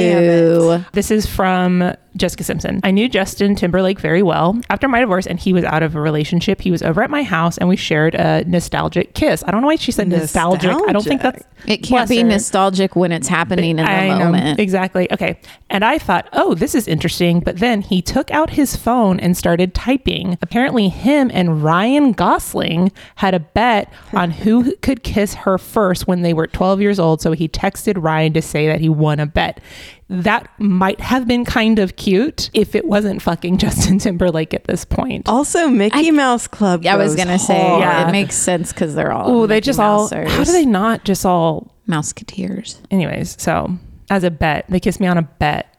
Speaker 1: boo.
Speaker 3: This is from Jessica Simpson. I knew Justin Timberlake very well. After my divorce and he was out of a relationship, he was over at my house and we shared a nostalgic kiss. I don't know why she said nostalgic. I don't think that's.
Speaker 2: Nostalgic.
Speaker 1: It can't
Speaker 3: Bless
Speaker 1: be
Speaker 3: her.
Speaker 1: nostalgic when it's happening in the
Speaker 3: I know.
Speaker 1: moment.
Speaker 3: Exactly. Okay. And I thought, oh, this is interesting. But then he took out his phone and started typing. Apparently, him and Ryan Gosling had a bet on who could kiss her first when they were 12 years old. So he texted Ryan to say that he won a bet. That might have been kind of cute if it wasn't fucking Justin Timberlake at this point.
Speaker 2: Also, Mickey Mouse Club.
Speaker 1: I was
Speaker 2: goes
Speaker 1: gonna say
Speaker 2: hard.
Speaker 3: Yeah.
Speaker 1: it makes sense because they're all
Speaker 3: Oh, they
Speaker 1: Mickey
Speaker 3: just all. How
Speaker 1: Mousers.
Speaker 3: do they not just all?
Speaker 1: Mouseketeers.
Speaker 3: Anyways, so as a bet, they kissed me on a bet.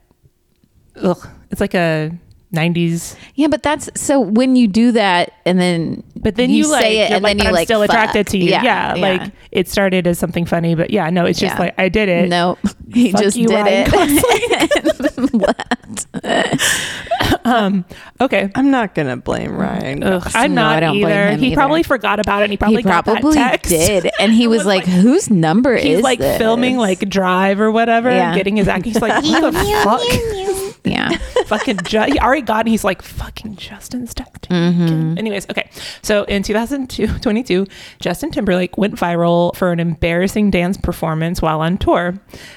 Speaker 3: Ugh, it's like a 90s
Speaker 1: Yeah, but that's so when you do that and then
Speaker 3: But then you, like,
Speaker 1: say it
Speaker 3: you're
Speaker 1: and
Speaker 3: like,
Speaker 1: then
Speaker 3: but
Speaker 1: you
Speaker 3: I'm
Speaker 1: like
Speaker 3: still
Speaker 1: fuck.
Speaker 3: attracted to you. Yeah, like it started as something funny, but yeah, no, it's just
Speaker 1: Yeah.
Speaker 3: like I did it.
Speaker 1: nope. He
Speaker 3: Fuck
Speaker 1: just
Speaker 3: you,
Speaker 1: did
Speaker 3: Ryan
Speaker 1: it.
Speaker 3: Gosling. um, okay.
Speaker 2: I'm not gonna blame Ryan.
Speaker 3: Ugh, I'm
Speaker 1: No,
Speaker 3: not
Speaker 1: I don't blame
Speaker 3: either.
Speaker 1: him
Speaker 3: He
Speaker 1: either.
Speaker 3: probably forgot about it. And he probably,
Speaker 1: he probably
Speaker 3: got that text.
Speaker 1: did, and he was,
Speaker 3: was
Speaker 1: like,
Speaker 3: like-
Speaker 1: "Whose number
Speaker 3: He's
Speaker 1: is
Speaker 3: like
Speaker 1: this?
Speaker 3: filming like Drive or whatever,
Speaker 1: Yeah.
Speaker 3: getting his act. He's like, who the
Speaker 1: yeah."
Speaker 3: fuck? fucking Ju- he already got. He's like, fucking Justin's texting. Anyways, okay. So in 2022, Justin Timberlake went viral for an embarrassing dance performance while on tour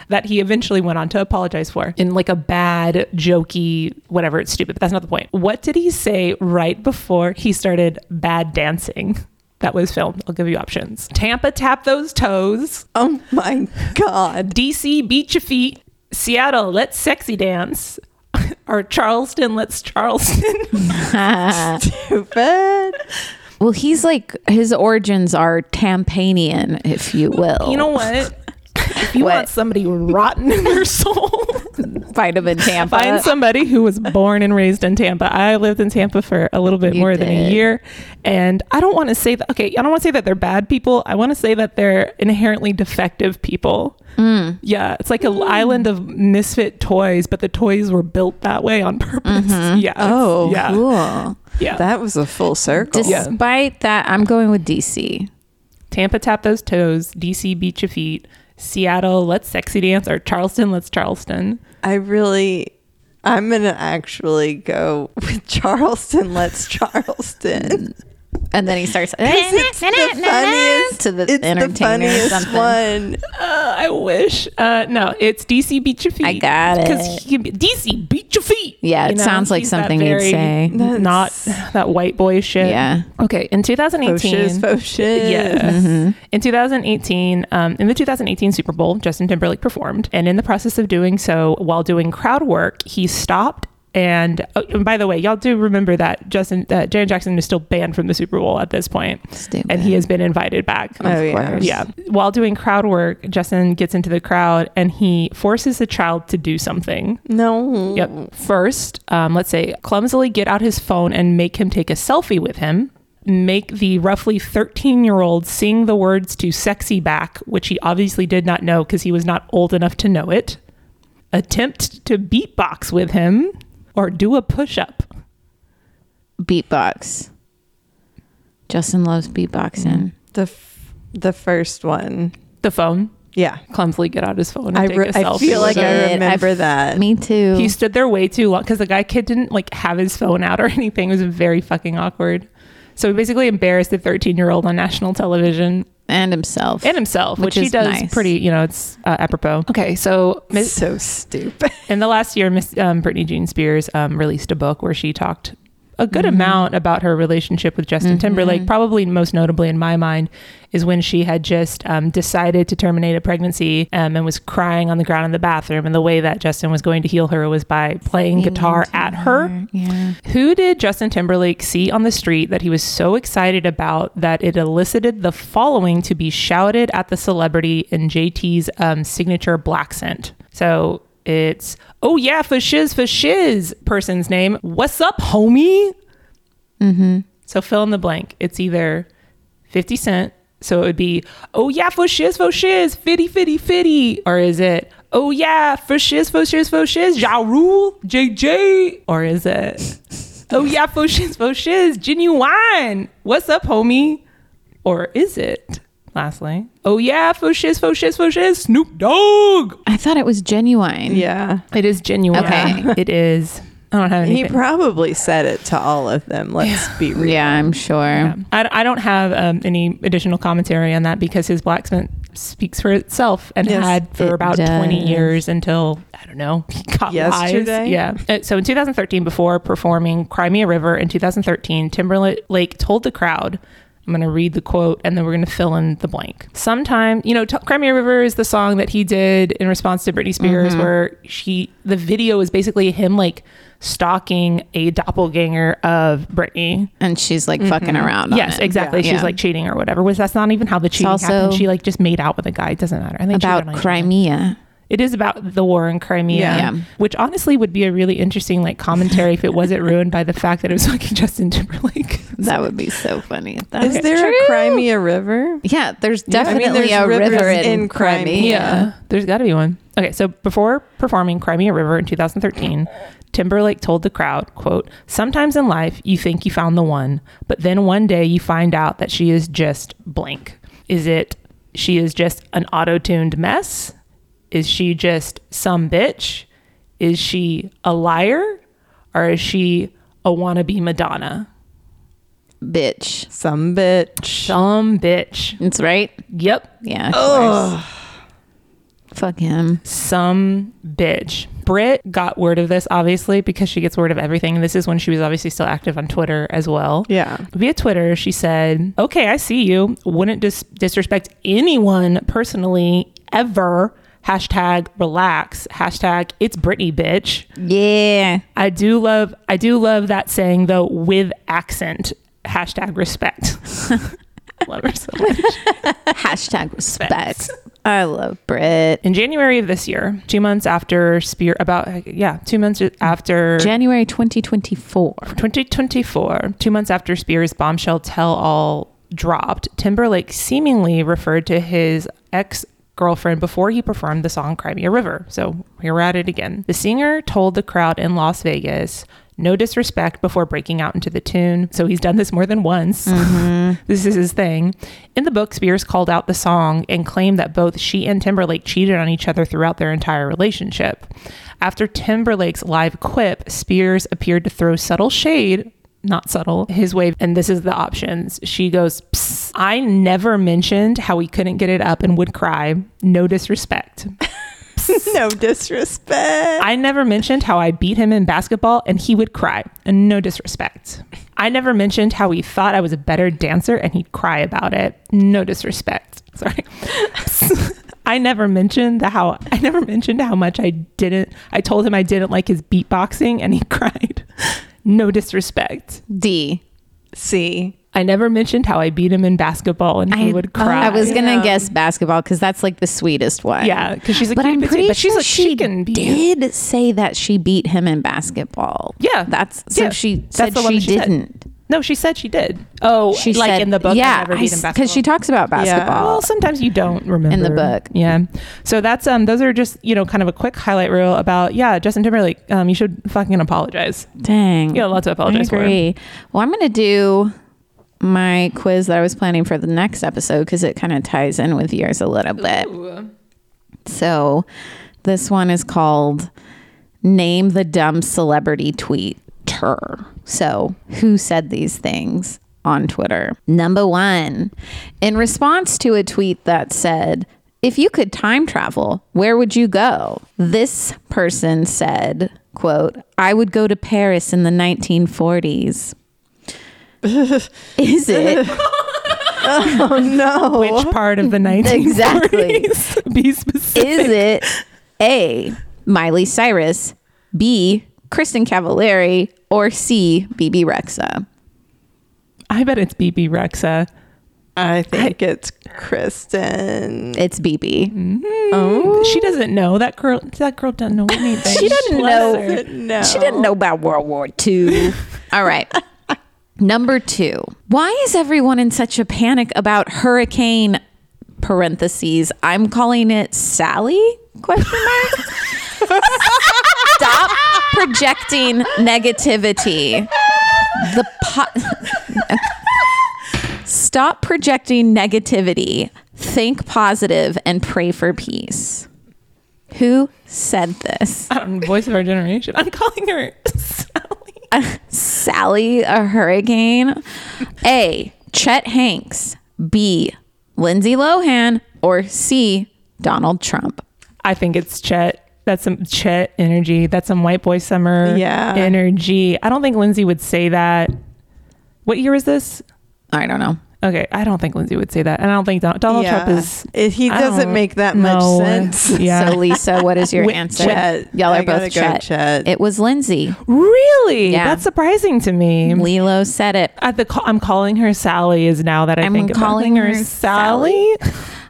Speaker 3: that he eventually went on to apologize for in like a bad, jokey, whatever. It's stupid, but that's not the point. What did he say right before he started bad dancing? That was filmed. I'll give you options. Tampa tap those toes.
Speaker 2: Oh my god.
Speaker 3: DC beat your feet. Seattle let's sexy dance. or Charleston let's Charleston.
Speaker 2: Stupid.
Speaker 1: well, he's like his origins are Tampanian, if you will.
Speaker 3: You know what? If you
Speaker 1: Oh. What?
Speaker 3: want somebody rotten in their soul,
Speaker 1: find him in Tampa.
Speaker 3: find somebody who was born and raised in Tampa. I lived in Tampa for a little bit
Speaker 1: You
Speaker 3: more than a
Speaker 1: did.
Speaker 3: year, and I don't want to say that. Okay, I don't want to say that they're bad people. I want to say that they're inherently defective people.
Speaker 1: Mm.
Speaker 3: Yeah, it's like an island of misfit toys, but the toys were built that way on purpose. Yeah.
Speaker 1: oh,
Speaker 3: yeah.
Speaker 1: cool.
Speaker 3: Yeah.
Speaker 2: That was a full circle.
Speaker 3: Dis-
Speaker 1: Despite that, I'm going with DC.
Speaker 3: Tampa tap those toes. DC beat your feet. Seattle, let's sexy dance, or Charleston, let's Charleston.
Speaker 2: I really I'm gonna actually go with Charleston. Let's Charleston.
Speaker 1: And then he starts. It's the funniest to the
Speaker 2: It's
Speaker 1: entertainer.
Speaker 2: the funniest
Speaker 1: something.
Speaker 2: one.
Speaker 3: Uh, I wish. Uh, no, it's DC beat your feet.
Speaker 1: I got it.
Speaker 3: Because he can be DC beat your feet.
Speaker 1: Yeah, it sounds like
Speaker 3: he's that
Speaker 1: something he'd
Speaker 3: very-
Speaker 1: say.
Speaker 3: Not that white boy shit.
Speaker 1: Yeah.
Speaker 3: Okay. In 2018.
Speaker 2: Faux shiz, faux shiz.
Speaker 3: Yes.
Speaker 1: Mm-hmm.
Speaker 3: In 2018, um, in the 2018 Super Bowl, Justin Timberlake performed, and in the process of doing so, while doing crowd work, he stopped. And, oh, and by the way, y'all do remember that Justin, that Janet Jackson is still banned from the Super Bowl at this point,
Speaker 1: Stupid.
Speaker 3: and he has been invited back.
Speaker 2: Oh, yeah.
Speaker 1: course.
Speaker 3: Yeah. While doing crowd work, Justin gets into the crowd and he forces the child to do something.
Speaker 2: No.
Speaker 3: Yep. First, um, let's say clumsily get out his phone and make him take a selfie with him. Make the roughly 13 year old sing the words to Sexy Back, which he obviously did not know because he was not old enough to know it. Attempt to beatbox with him or do a push up.
Speaker 1: beatbox. Justin loves beatboxing.
Speaker 2: The f- the first one.
Speaker 3: The phone.
Speaker 2: Yeah.
Speaker 3: Clumsily get out his phone and
Speaker 2: I,
Speaker 3: take
Speaker 2: re-
Speaker 3: a selfie.
Speaker 2: I feel like
Speaker 3: with him.
Speaker 1: Shit,
Speaker 2: I
Speaker 1: I
Speaker 2: remember that.
Speaker 1: Me too.
Speaker 3: He stood there way too long because the guy kid didn't like have his phone out or anything. It was very fucking awkward. So he basically embarrassed the 13 year old on national television
Speaker 1: and himself.
Speaker 3: and himself,
Speaker 1: Which
Speaker 3: which, he
Speaker 1: is
Speaker 3: does
Speaker 1: nice.
Speaker 3: pretty, you know, it's uh, apropos. Okay, so Miss,
Speaker 2: so stupid.
Speaker 3: in the last year, Miss um, Brittany Jean Spears um, released a book where she talked a good amount about her relationship with Justin Timberlake. Probably most notably in my mind is when she had just um, decided to terminate a pregnancy um, and was crying on the ground in the bathroom. And the way that Justin was going to heal her was by playing guitar at her.
Speaker 1: yeah.
Speaker 3: Who did Justin Timberlake see on the street that he was so excited about that it elicited the following to be shouted at the celebrity in JT's um, signature black scent? So it's, oh yeah, for shiz, for shiz, person's name. What's up, homie? So fill in the blank. It's either 50 Cent. So it would be, oh yeah, for shiz, for shiz, fitty, fitty, fitty. Or is it, oh yeah, for shiz, for shiz, for shiz, Ja Rule, JJ? Or is it, oh yeah, for shiz, for shiz, genuine. What's up, homie? Or is it, lastly, oh yeah, for shiz, for shiz, for shiz, Snoop Dogg?
Speaker 1: I thought it was genuine.
Speaker 2: yeah.
Speaker 3: It is genuine.
Speaker 1: Okay.
Speaker 3: It is. I don't have anything.
Speaker 2: He probably said it to all of them. Let's be real.
Speaker 1: Yeah, I'm sure.
Speaker 3: I, I don't have um, any additional commentary on that because his blacksmith speaks for itself and
Speaker 2: Yes,
Speaker 3: had
Speaker 1: it
Speaker 3: for about
Speaker 1: does.
Speaker 3: 20 years until, I don't know, he got
Speaker 2: Yesterday?
Speaker 3: lies. Yeah. Uh, So in 2013, before performing Crimea River in 2013, Timberlake told the crowd, I'm going to read the quote and then we're going to fill in the blank. Sometime, you know, t- Crimea River is the song that he did in response to Britney Spears,
Speaker 1: Mm-hmm.
Speaker 3: where she, the video is basically him like stalking a doppelganger of Britney.
Speaker 1: And she's like fucking
Speaker 2: Mm-hmm.
Speaker 1: around. on
Speaker 3: Yes,
Speaker 1: it.
Speaker 3: exactly.
Speaker 1: Yeah.
Speaker 3: She's like cheating or whatever. Was that's not even how the cheating happened.
Speaker 1: also
Speaker 3: She like just made out with a guy. It doesn't matter. I think she
Speaker 1: about
Speaker 3: got on-
Speaker 1: Crimea.
Speaker 3: It is about the war in Crimea,
Speaker 1: Yeah. Yeah.
Speaker 3: which honestly would be a really interesting like commentary if it wasn't ruined by the fact that it was fucking Justin Timberlake.
Speaker 1: That would be so funny. if that
Speaker 2: Is
Speaker 1: was
Speaker 2: there
Speaker 1: true.
Speaker 2: a Crimea River?
Speaker 1: Yeah, there's
Speaker 2: Yeah, I
Speaker 1: definitely
Speaker 2: mean, there's
Speaker 1: a
Speaker 2: rivers
Speaker 1: river in,
Speaker 2: in Crimea.
Speaker 1: Crimea.
Speaker 3: There's got to be one. Okay, so before performing Crimea River in 2013, Timberlake told the crowd, quote, "Sometimes in life you think you found the one, but then one day you find out that she is just blank. Is it she is just an auto-tuned mess? Is she just some bitch? Is she a liar? Or is she a wannabe Madonna?"
Speaker 1: Bitch.
Speaker 2: Some bitch.
Speaker 3: Some bitch.
Speaker 1: It's right.
Speaker 3: Yep.
Speaker 1: Yeah. of course. Fuck him.
Speaker 3: some bitch. Brit got word of this, obviously, because she gets word of everything. This is when she was obviously still active on Twitter as well.
Speaker 2: Yeah.
Speaker 3: Via Twitter, she said, Okay, I see you. Wouldn't dis- disrespect anyone personally ever. Hashtag relax. Hashtag it's Britney, bitch.
Speaker 1: Yeah.
Speaker 3: I do love I do love that saying though with accent. Hashtag respect. love her so much.
Speaker 1: Hashtag respect. I love Brit.
Speaker 3: In January of this year, two months after Spear, about yeah, two months after
Speaker 1: January 2024.
Speaker 3: 2024, two months after Spears' bombshell tell all dropped, Timberlake seemingly referred to his ex girlfriend before he performed the song Crimea River. So here we're at it again. The singer told the crowd in Las Vegas, no disrespect before breaking out into the tune. So he's done this more than once. this is his thing. In the book, Spears called out the song and claimed that both she and Timberlake cheated on each other throughout their entire relationship. After Timberlake's live quip, Spears appeared to throw subtle shade not subtle, his way. And this is the options. She goes, Psst, I never mentioned how he couldn't get it up and would cry. No disrespect.
Speaker 2: no disrespect.
Speaker 3: I never mentioned how I beat him in basketball and he would cry. And no disrespect. I never mentioned how he thought I was a better dancer and he'd cry about it. No disrespect. Sorry. I never mentioned the how I never mentioned how much I didn't I told him I didn't like his beatboxing and he cried. No disrespect.
Speaker 1: D.
Speaker 2: See,
Speaker 3: I never mentioned how I beat him in basketball and he
Speaker 1: I-
Speaker 3: would cry.
Speaker 1: I was gonna
Speaker 2: Yeah.
Speaker 1: guess basketball because that's like the sweetest one.
Speaker 3: yeah, because she's a
Speaker 1: but
Speaker 3: cute
Speaker 1: I'm
Speaker 3: bitch,
Speaker 1: pretty
Speaker 3: but she's
Speaker 1: sure
Speaker 3: like,
Speaker 1: she,
Speaker 3: she can beat you.
Speaker 1: did say that she beat him in basketball.
Speaker 3: Yeah.
Speaker 1: that's so
Speaker 3: Yeah.
Speaker 1: she
Speaker 3: That's
Speaker 1: said
Speaker 3: the one
Speaker 1: she,
Speaker 3: that she said.
Speaker 1: didn't.
Speaker 3: No, she said she did. Oh,
Speaker 1: She
Speaker 3: like
Speaker 1: said,
Speaker 3: in the book. I
Speaker 1: yeah,
Speaker 3: never beat him
Speaker 1: because she
Speaker 3: basketball.
Speaker 1: talks about basketball.
Speaker 3: Well, sometimes you don't remember
Speaker 1: Uh, In the book.
Speaker 3: Yeah. So that's um. Those are just you know kind of a quick highlight reel about yeah Justin Timberlake. Um, you should fucking apologize.
Speaker 1: Dang,
Speaker 3: You got a lot to apologize
Speaker 1: I
Speaker 3: for.
Speaker 1: agree. Well, I'm gonna do my quiz that I was planning for the next episode because it kind of ties in with yours a little bit. So this one is called Name the Dumb Celebrity Tweeter. So who said these things on Twitter? Number one, in response to a tweet that said, if you could time travel, where would you go? This person said, quote, I would go to Paris in the 1940s. Is it
Speaker 2: oh no,
Speaker 3: Which part of the 1940s?
Speaker 1: exactly?
Speaker 3: Be specific.
Speaker 1: is it A, Miley Cyrus, B, Kristen Cavallari, or C, BB Rexa?
Speaker 3: I bet it's BB Rexa.
Speaker 2: I think it's Kristen.
Speaker 1: It's BB.
Speaker 3: She doesn't know that girl. That girl doesn't know anything.
Speaker 1: Oh. She doesn't know.
Speaker 2: No,
Speaker 1: She didn't know about World War II. All right. Number two. Why is everyone in such a panic about Hurricane parentheses? I'm calling it Sally question mark. Stop projecting negativity. The po- Stop projecting negativity. Think positive and pray for peace. Who said this?
Speaker 3: I'm Um, voice of our generation. I'm calling her Sally.
Speaker 1: Sally a hurricane? A. Chet Hanks. B. Lindsay Lohan. Or C. Donald Trump.
Speaker 3: I think it's Chet. That's some Chet energy. That's some white boy summer
Speaker 2: Yeah.
Speaker 3: energy. I don't think Lindsay would say that. What year is this?
Speaker 1: I don't know.
Speaker 3: Okay, I don't think Lindsay would say that, and I don't think Don- Donald
Speaker 2: Yeah.
Speaker 3: Trump is.
Speaker 2: It- he
Speaker 3: I
Speaker 2: doesn't
Speaker 3: don't
Speaker 2: make that much
Speaker 3: know.
Speaker 2: sense.
Speaker 3: Yeah,
Speaker 1: So Lisa, what is your
Speaker 3: Wait,
Speaker 1: answer?
Speaker 2: Chet.
Speaker 1: Y'all are
Speaker 2: I gotta
Speaker 1: both
Speaker 2: go
Speaker 1: Chet.
Speaker 2: Chet.
Speaker 1: It was Lindsay.
Speaker 3: really?
Speaker 1: Yeah.
Speaker 3: That's surprising to me.
Speaker 1: Lilo said it.
Speaker 3: At the call, I'm calling her Sally is now that I
Speaker 1: I'm
Speaker 3: think about it.
Speaker 1: calling her
Speaker 3: Sally.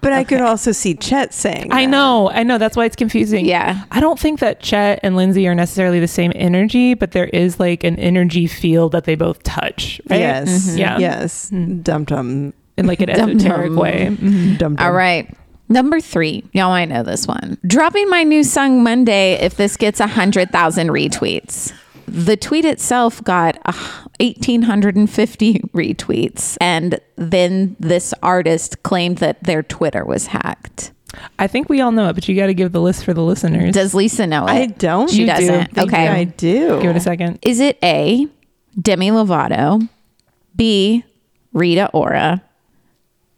Speaker 2: But I could also see Chet saying,
Speaker 3: I
Speaker 2: that.
Speaker 3: know, I know. That's why it's confusing.
Speaker 1: Yeah.
Speaker 3: I don't think that Chet and Lindsay are necessarily the same energy, but there is like an energy field that they both touch. Right? Mm-hmm.
Speaker 2: Yes,
Speaker 1: Mm-hmm.
Speaker 3: Yeah. Mm-hmm.
Speaker 2: yes, dum dum,
Speaker 3: in like an
Speaker 1: Dum-dum.
Speaker 3: esoteric way.
Speaker 2: dum dum.
Speaker 1: All right. Number three. Y'all might know this one. Dropping my new song Monday if this gets 100,000 retweets. The tweet itself got uh, 1,850 retweets. And then this artist claimed that their Twitter was hacked.
Speaker 3: I think we all know it, but you got to give the list for the listeners.
Speaker 1: Does Lisa know it?
Speaker 2: I don't.
Speaker 1: She
Speaker 2: You do.
Speaker 1: doesn't.
Speaker 2: Think
Speaker 1: Okay.
Speaker 2: I do.
Speaker 3: give it a second.
Speaker 1: Is it A, Demi Lovato, B, Rita Ora,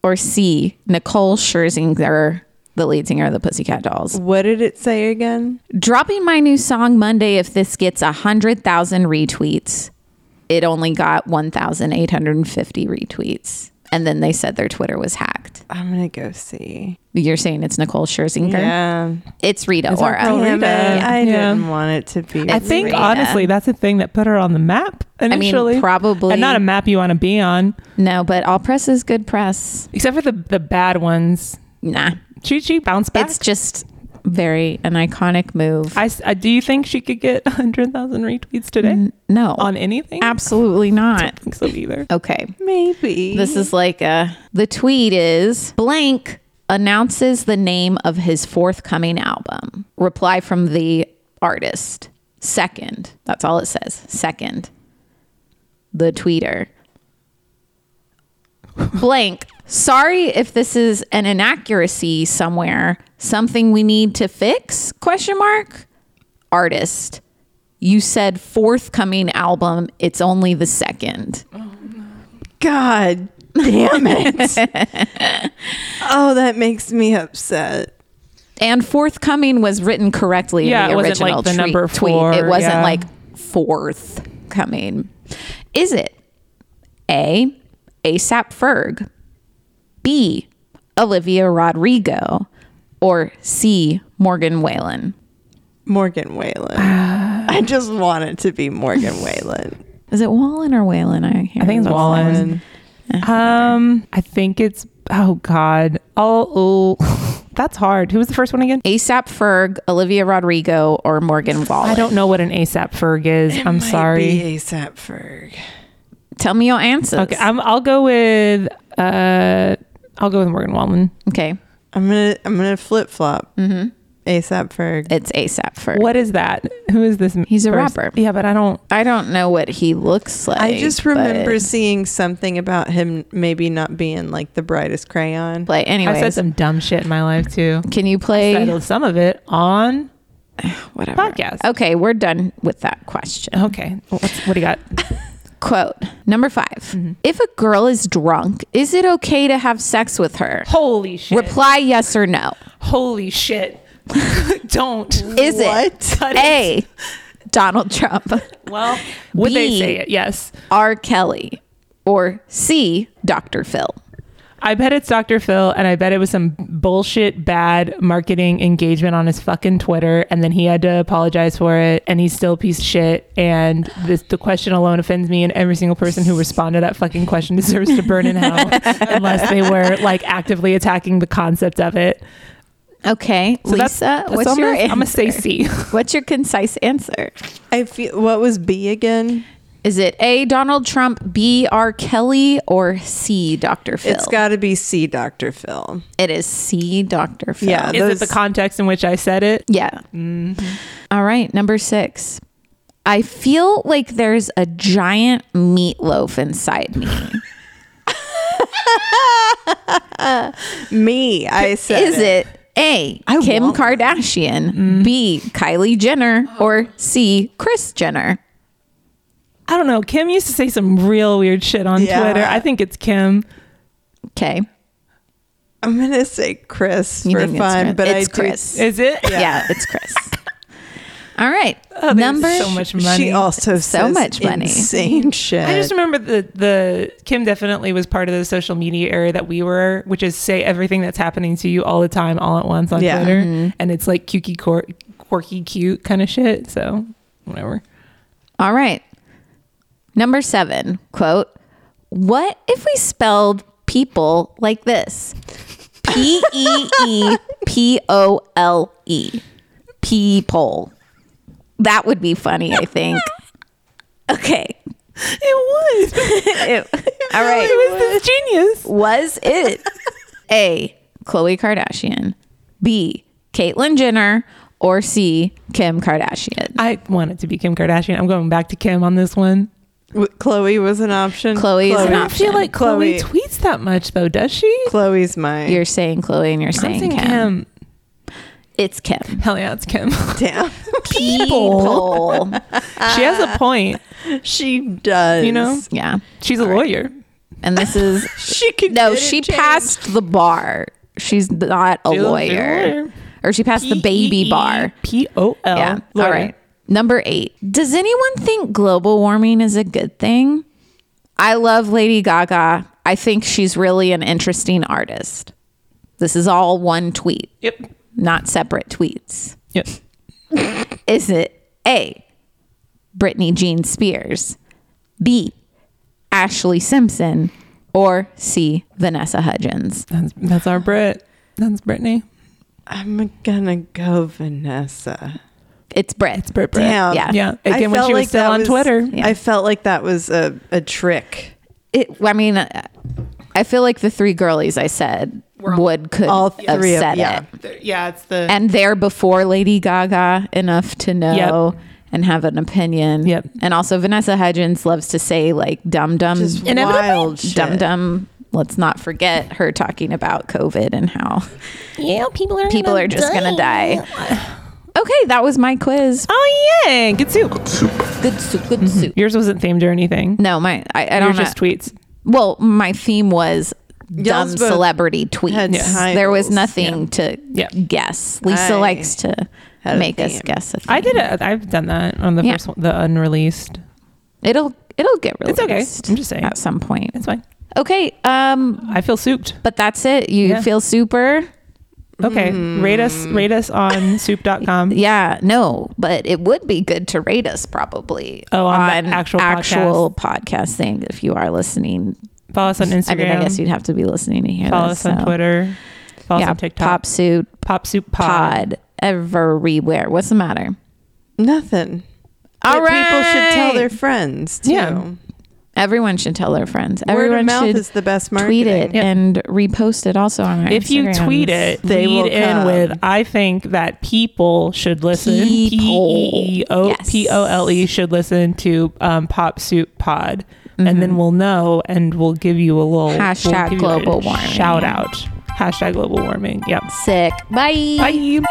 Speaker 1: or C, Nicole Scherzinger, the lead singer of the Pussycat Dolls?
Speaker 2: What did it say again?
Speaker 1: Dropping my new song Monday if this gets 100,000 retweets. It only got 1,850 retweets. And then they said their Twitter was hacked.
Speaker 2: I'm gonna go see.
Speaker 1: You're saying it's Nicole Scherzinger?
Speaker 2: Yeah,
Speaker 1: It's Rita
Speaker 3: It's our
Speaker 1: Ora.
Speaker 3: girl.
Speaker 2: Damn it.
Speaker 3: Rita.
Speaker 2: I
Speaker 3: Yeah.
Speaker 2: didn't want it to be.
Speaker 1: I
Speaker 3: I think
Speaker 1: Rita.
Speaker 3: honestly, that's the thing that put her on the map
Speaker 1: I mean,
Speaker 3: initially.
Speaker 1: probably.
Speaker 3: and not a map you want to be on,
Speaker 1: no, but all press is good press.
Speaker 3: except for the the bad ones.
Speaker 1: Nah.
Speaker 3: She she bounced back.
Speaker 1: It's just very an iconic move.
Speaker 3: I, s- I- do you think she could get hundred thousand retweets today
Speaker 1: N- no.
Speaker 3: on anything?
Speaker 1: absolutely not.
Speaker 3: think so either.
Speaker 1: Okay.
Speaker 2: maybe
Speaker 1: This is like uh the tweet is blank announces the name of his forthcoming album. Reply from the artist. Second. That's all it says. Second. The tweeter. Blank. Sorry if this is an inaccuracy somewhere. Something we need to fix? Question mark. Artist. You said forthcoming album. It's only the second.
Speaker 2: God damn it. oh, that makes me upset.
Speaker 1: And forthcoming was written correctly
Speaker 3: Yeah,
Speaker 1: in the
Speaker 3: it wasn't
Speaker 1: original
Speaker 3: like the
Speaker 1: tre-
Speaker 3: number
Speaker 1: tweet.
Speaker 3: four,
Speaker 1: it wasn't
Speaker 3: yeah.
Speaker 1: like fourth coming. Is it A, ASAP Ferg, B, Olivia Rodrigo, or C, Morgan Whalen?
Speaker 2: Morgan Whalen. I just want it to be Morgan Whalen.
Speaker 1: Is it Wallen or Whalen? I, hear
Speaker 3: I think it's
Speaker 1: both.
Speaker 3: Wallen. Um, I think it's oh god. Oh, oh that's hard. Who was the first one again?
Speaker 1: ASAP Ferg, Olivia Rodrigo, or Morgan Wallen?
Speaker 3: I don't know what an ASAP Ferg is. I'm sorry.
Speaker 2: Be ASAP Ferg.
Speaker 1: Tell me your answers.
Speaker 3: Okay, I'm, I'll go with uh, I'll go with Morgan Wallen.
Speaker 1: okay.
Speaker 2: I'm gonna I'm gonna flip flop. Mm-hmm. ASAP Ferg.
Speaker 1: It's ASAP Ferg.
Speaker 3: What is that? Who is this?
Speaker 1: He's a
Speaker 3: first-
Speaker 1: rapper.
Speaker 3: Yeah, but I don't.
Speaker 1: I don't know what he looks like.
Speaker 2: I just remember
Speaker 1: but-
Speaker 2: seeing something about him maybe not being like the brightest crayon.
Speaker 1: play.
Speaker 3: I've said
Speaker 1: Anyways,
Speaker 3: some dumb shit in my life too.
Speaker 1: can you play
Speaker 3: Settled some of it on.
Speaker 1: whatever?
Speaker 3: podcast. Uh-huh.
Speaker 1: Okay, we're done with that question.
Speaker 3: Okay, What's, what do you got?
Speaker 1: Quote number 5
Speaker 3: Mm-hmm.
Speaker 1: If a girl is drunk, is it okay to have sex with her?
Speaker 3: Holy shit!
Speaker 1: Reply yes or no.
Speaker 3: Holy shit! don't.
Speaker 1: Is
Speaker 2: What?
Speaker 1: it A. Donald Trump,
Speaker 3: Well, would
Speaker 1: B.
Speaker 3: they say it? Yes.
Speaker 1: R. Kelly, or C. Dr. Phil?
Speaker 3: I bet it's Dr. Phil, and I bet it was some bullshit bad marketing engagement on his fucking Twitter, and then he had to apologize for it, and he's still a piece of shit. And this, the question alone offends me, and every single person who responded to that fucking question deserves to burn in hell unless they were like actively attacking the concept of it.
Speaker 1: Okay,
Speaker 3: So
Speaker 1: Lisa,
Speaker 3: that's- that's all
Speaker 1: what's
Speaker 3: I'm
Speaker 1: your
Speaker 3: gonna- I'm a
Speaker 1: answer?
Speaker 3: say C.
Speaker 1: What's your concise answer?
Speaker 2: I feel what was B again?
Speaker 1: Is it A. Donald Trump, B. R. Kelly, or C. Dr. Phil?
Speaker 2: It's gotta be C Dr. Phil.
Speaker 1: It is C, Dr. Phil.
Speaker 2: Yeah.
Speaker 3: Is
Speaker 2: Those-
Speaker 3: it the context in which I said it?
Speaker 1: Yeah. All right. Number six. I feel like there's a giant meatloaf inside me.
Speaker 2: Me, I said
Speaker 1: Is it A,
Speaker 2: I
Speaker 1: Kim
Speaker 2: want one.
Speaker 1: Kardashian, B, Kylie Jenner, or C, Chris Jenner?
Speaker 3: I don't know. Kim used to say some real weird shit on
Speaker 2: Yeah.
Speaker 3: Twitter. I think it's Kim.
Speaker 1: Okay.
Speaker 2: I'm gonna say Chris
Speaker 1: You
Speaker 2: for
Speaker 1: think it's
Speaker 2: fun,
Speaker 1: Chris-
Speaker 2: but
Speaker 1: it's
Speaker 2: I do-
Speaker 1: Chris.
Speaker 3: Is it?
Speaker 1: yeah. it's Chris. All right.
Speaker 3: Oh, there's
Speaker 1: Number
Speaker 3: so much money.
Speaker 2: She also
Speaker 1: So
Speaker 2: says
Speaker 1: much money.
Speaker 2: insane shit.
Speaker 3: I just remember the the Kim definitely was part of the social media era that we were, which is say everything that's happening to you all the time, all at once on
Speaker 2: Yeah.
Speaker 3: Twitter, and it's like kooky, quir- quirky, cute kind of shit. So whatever.
Speaker 1: All right. Number seven, quote, what if we spelled people like this? P E E P O L E. People. That would be funny, I think. Okay.
Speaker 3: It was.
Speaker 1: Ew. All right.
Speaker 3: It was this genius.
Speaker 1: Was it A, Khloe Kardashian, B, Caitlyn Jenner, or C, Kim Kardashian?
Speaker 3: I want it to be Kim Kardashian. I'm going back to Kim on this one.
Speaker 2: W- Chloe was an option.
Speaker 1: Chloe is an
Speaker 3: I don't
Speaker 1: option.
Speaker 3: feel like
Speaker 2: Oh, Chloe-
Speaker 3: Chloe tweets that much though, does she?
Speaker 2: Chloe's mine.
Speaker 1: You're saying Chloe and you're
Speaker 3: I'm
Speaker 1: saying
Speaker 3: saying
Speaker 1: Kim.
Speaker 3: Kim.
Speaker 1: It's Kim.
Speaker 3: Hell yeah, it's Kim.
Speaker 2: Damn.
Speaker 1: people.
Speaker 3: she has a point.
Speaker 2: she does.
Speaker 3: You know?
Speaker 1: yeah.
Speaker 3: She's a lawyer.
Speaker 1: And this is
Speaker 2: She could
Speaker 1: no,
Speaker 2: get it
Speaker 1: she
Speaker 2: changed.
Speaker 1: passed the bar. She's not a
Speaker 3: She's a
Speaker 1: lawyer.
Speaker 3: lawyer.
Speaker 1: Or she passed the baby bar.
Speaker 3: E P O L.
Speaker 1: Yeah. All
Speaker 3: Oh, Lawyer.
Speaker 1: right. Number eight. Does anyone think global warming is a good thing? I love Lady Gaga. I think she's really an interesting artist. This is all one tweet,
Speaker 3: Yep.
Speaker 1: not separate tweets.
Speaker 3: Yep.
Speaker 1: Is it A, Brittany Jean Spears, B, Ashley Simpson, or C, Vanessa Hudgens?
Speaker 3: That's that's our Brit. That's Brittany.
Speaker 2: I'm gonna go Vanessa.
Speaker 1: It's Brit. It's
Speaker 3: Brit Brit.
Speaker 2: Damn.
Speaker 1: Yeah.
Speaker 3: Yeah.
Speaker 2: I
Speaker 3: Again, when
Speaker 2: felt
Speaker 3: she was
Speaker 2: like
Speaker 3: still
Speaker 2: that
Speaker 3: on
Speaker 2: was-
Speaker 3: Twitter.
Speaker 1: Yeah.
Speaker 2: I felt like that was a, a trick.
Speaker 1: It, I mean, uh, I feel like the three girlies I said would could
Speaker 2: All
Speaker 1: have
Speaker 2: three of-
Speaker 1: said
Speaker 2: yeah.
Speaker 1: it,
Speaker 3: Yeah, it's the
Speaker 1: and they're before Lady Gaga enough to know. And have an opinion.
Speaker 3: Yep.
Speaker 1: And also Vanessa Hudgens loves to say like dum dum
Speaker 2: Just
Speaker 3: Inevitably,
Speaker 2: wild shit.
Speaker 1: dum dum. Let's not forget her talking about COVID and how
Speaker 3: yeah, people are
Speaker 1: people are just gonna die. Okay, that was my quiz.
Speaker 3: Oh yeah, good soup.
Speaker 1: Ah, Good soup, good soup.
Speaker 3: Yours wasn't themed or anything.
Speaker 1: No, my I, I
Speaker 3: Yours
Speaker 1: don't know.
Speaker 3: just tweets.
Speaker 1: well, my theme was dumb
Speaker 2: Y'all's both
Speaker 1: celebrity
Speaker 2: had
Speaker 1: tweets.
Speaker 2: titles.
Speaker 1: There was nothing to
Speaker 3: Yeah.
Speaker 1: guess. Lisa
Speaker 2: I
Speaker 1: likes to
Speaker 2: had a
Speaker 1: make us
Speaker 2: theme.
Speaker 1: guess. A theme.
Speaker 3: I did. A, I've done that on the
Speaker 1: Yeah.
Speaker 3: first one, the unreleased.
Speaker 1: It'll it'll get
Speaker 3: It's
Speaker 1: released.
Speaker 3: okay. I'm just saying.
Speaker 1: at some point.
Speaker 3: It's fine.
Speaker 1: Okay. Um.
Speaker 3: I feel souped.
Speaker 1: But that's it. You
Speaker 3: Yeah.
Speaker 1: feel super.
Speaker 3: Okay, rate us. Rate us on soup.com.
Speaker 1: Mm. Yeah. No. But it would be good to rate us probably.
Speaker 3: Oh, on the actual
Speaker 1: actual podcast. thing. If you are listening,
Speaker 3: Follow us on Instagram.
Speaker 1: I mean, I guess you'd have to be listening to hear
Speaker 3: follow
Speaker 1: this.
Speaker 3: us on
Speaker 1: so.
Speaker 3: Twitter. Follow us
Speaker 1: Yeah.
Speaker 3: on TikTok.
Speaker 1: Pop suit
Speaker 3: Pop Soup Pod.
Speaker 1: pod everywhere. What's the matter?
Speaker 2: Nothing.
Speaker 1: All
Speaker 2: But People should tell their
Speaker 1: right.
Speaker 2: friends too.
Speaker 3: Yeah.
Speaker 1: Everyone should tell their friends.
Speaker 2: Word
Speaker 1: Everyone
Speaker 2: of mouth
Speaker 1: should
Speaker 2: is the best marketing.
Speaker 1: tweet it
Speaker 3: Yep.
Speaker 1: and repost it also on our
Speaker 3: If you
Speaker 1: Instagrams.
Speaker 3: tweet it,
Speaker 2: They
Speaker 3: they
Speaker 2: will
Speaker 3: lead in
Speaker 2: come.
Speaker 3: with "I think that people should listen."
Speaker 1: People.
Speaker 3: P E O
Speaker 1: Yes.
Speaker 3: P O L E should listen to um, Pop Soup Pod, and then we'll know, and we'll give you a little we'll
Speaker 1: Mm-hmm. Hashtag
Speaker 3: give you a
Speaker 1: global warming.
Speaker 3: shout out. Hashtag global warming. Yep.
Speaker 1: sick. Bye.
Speaker 3: Bye.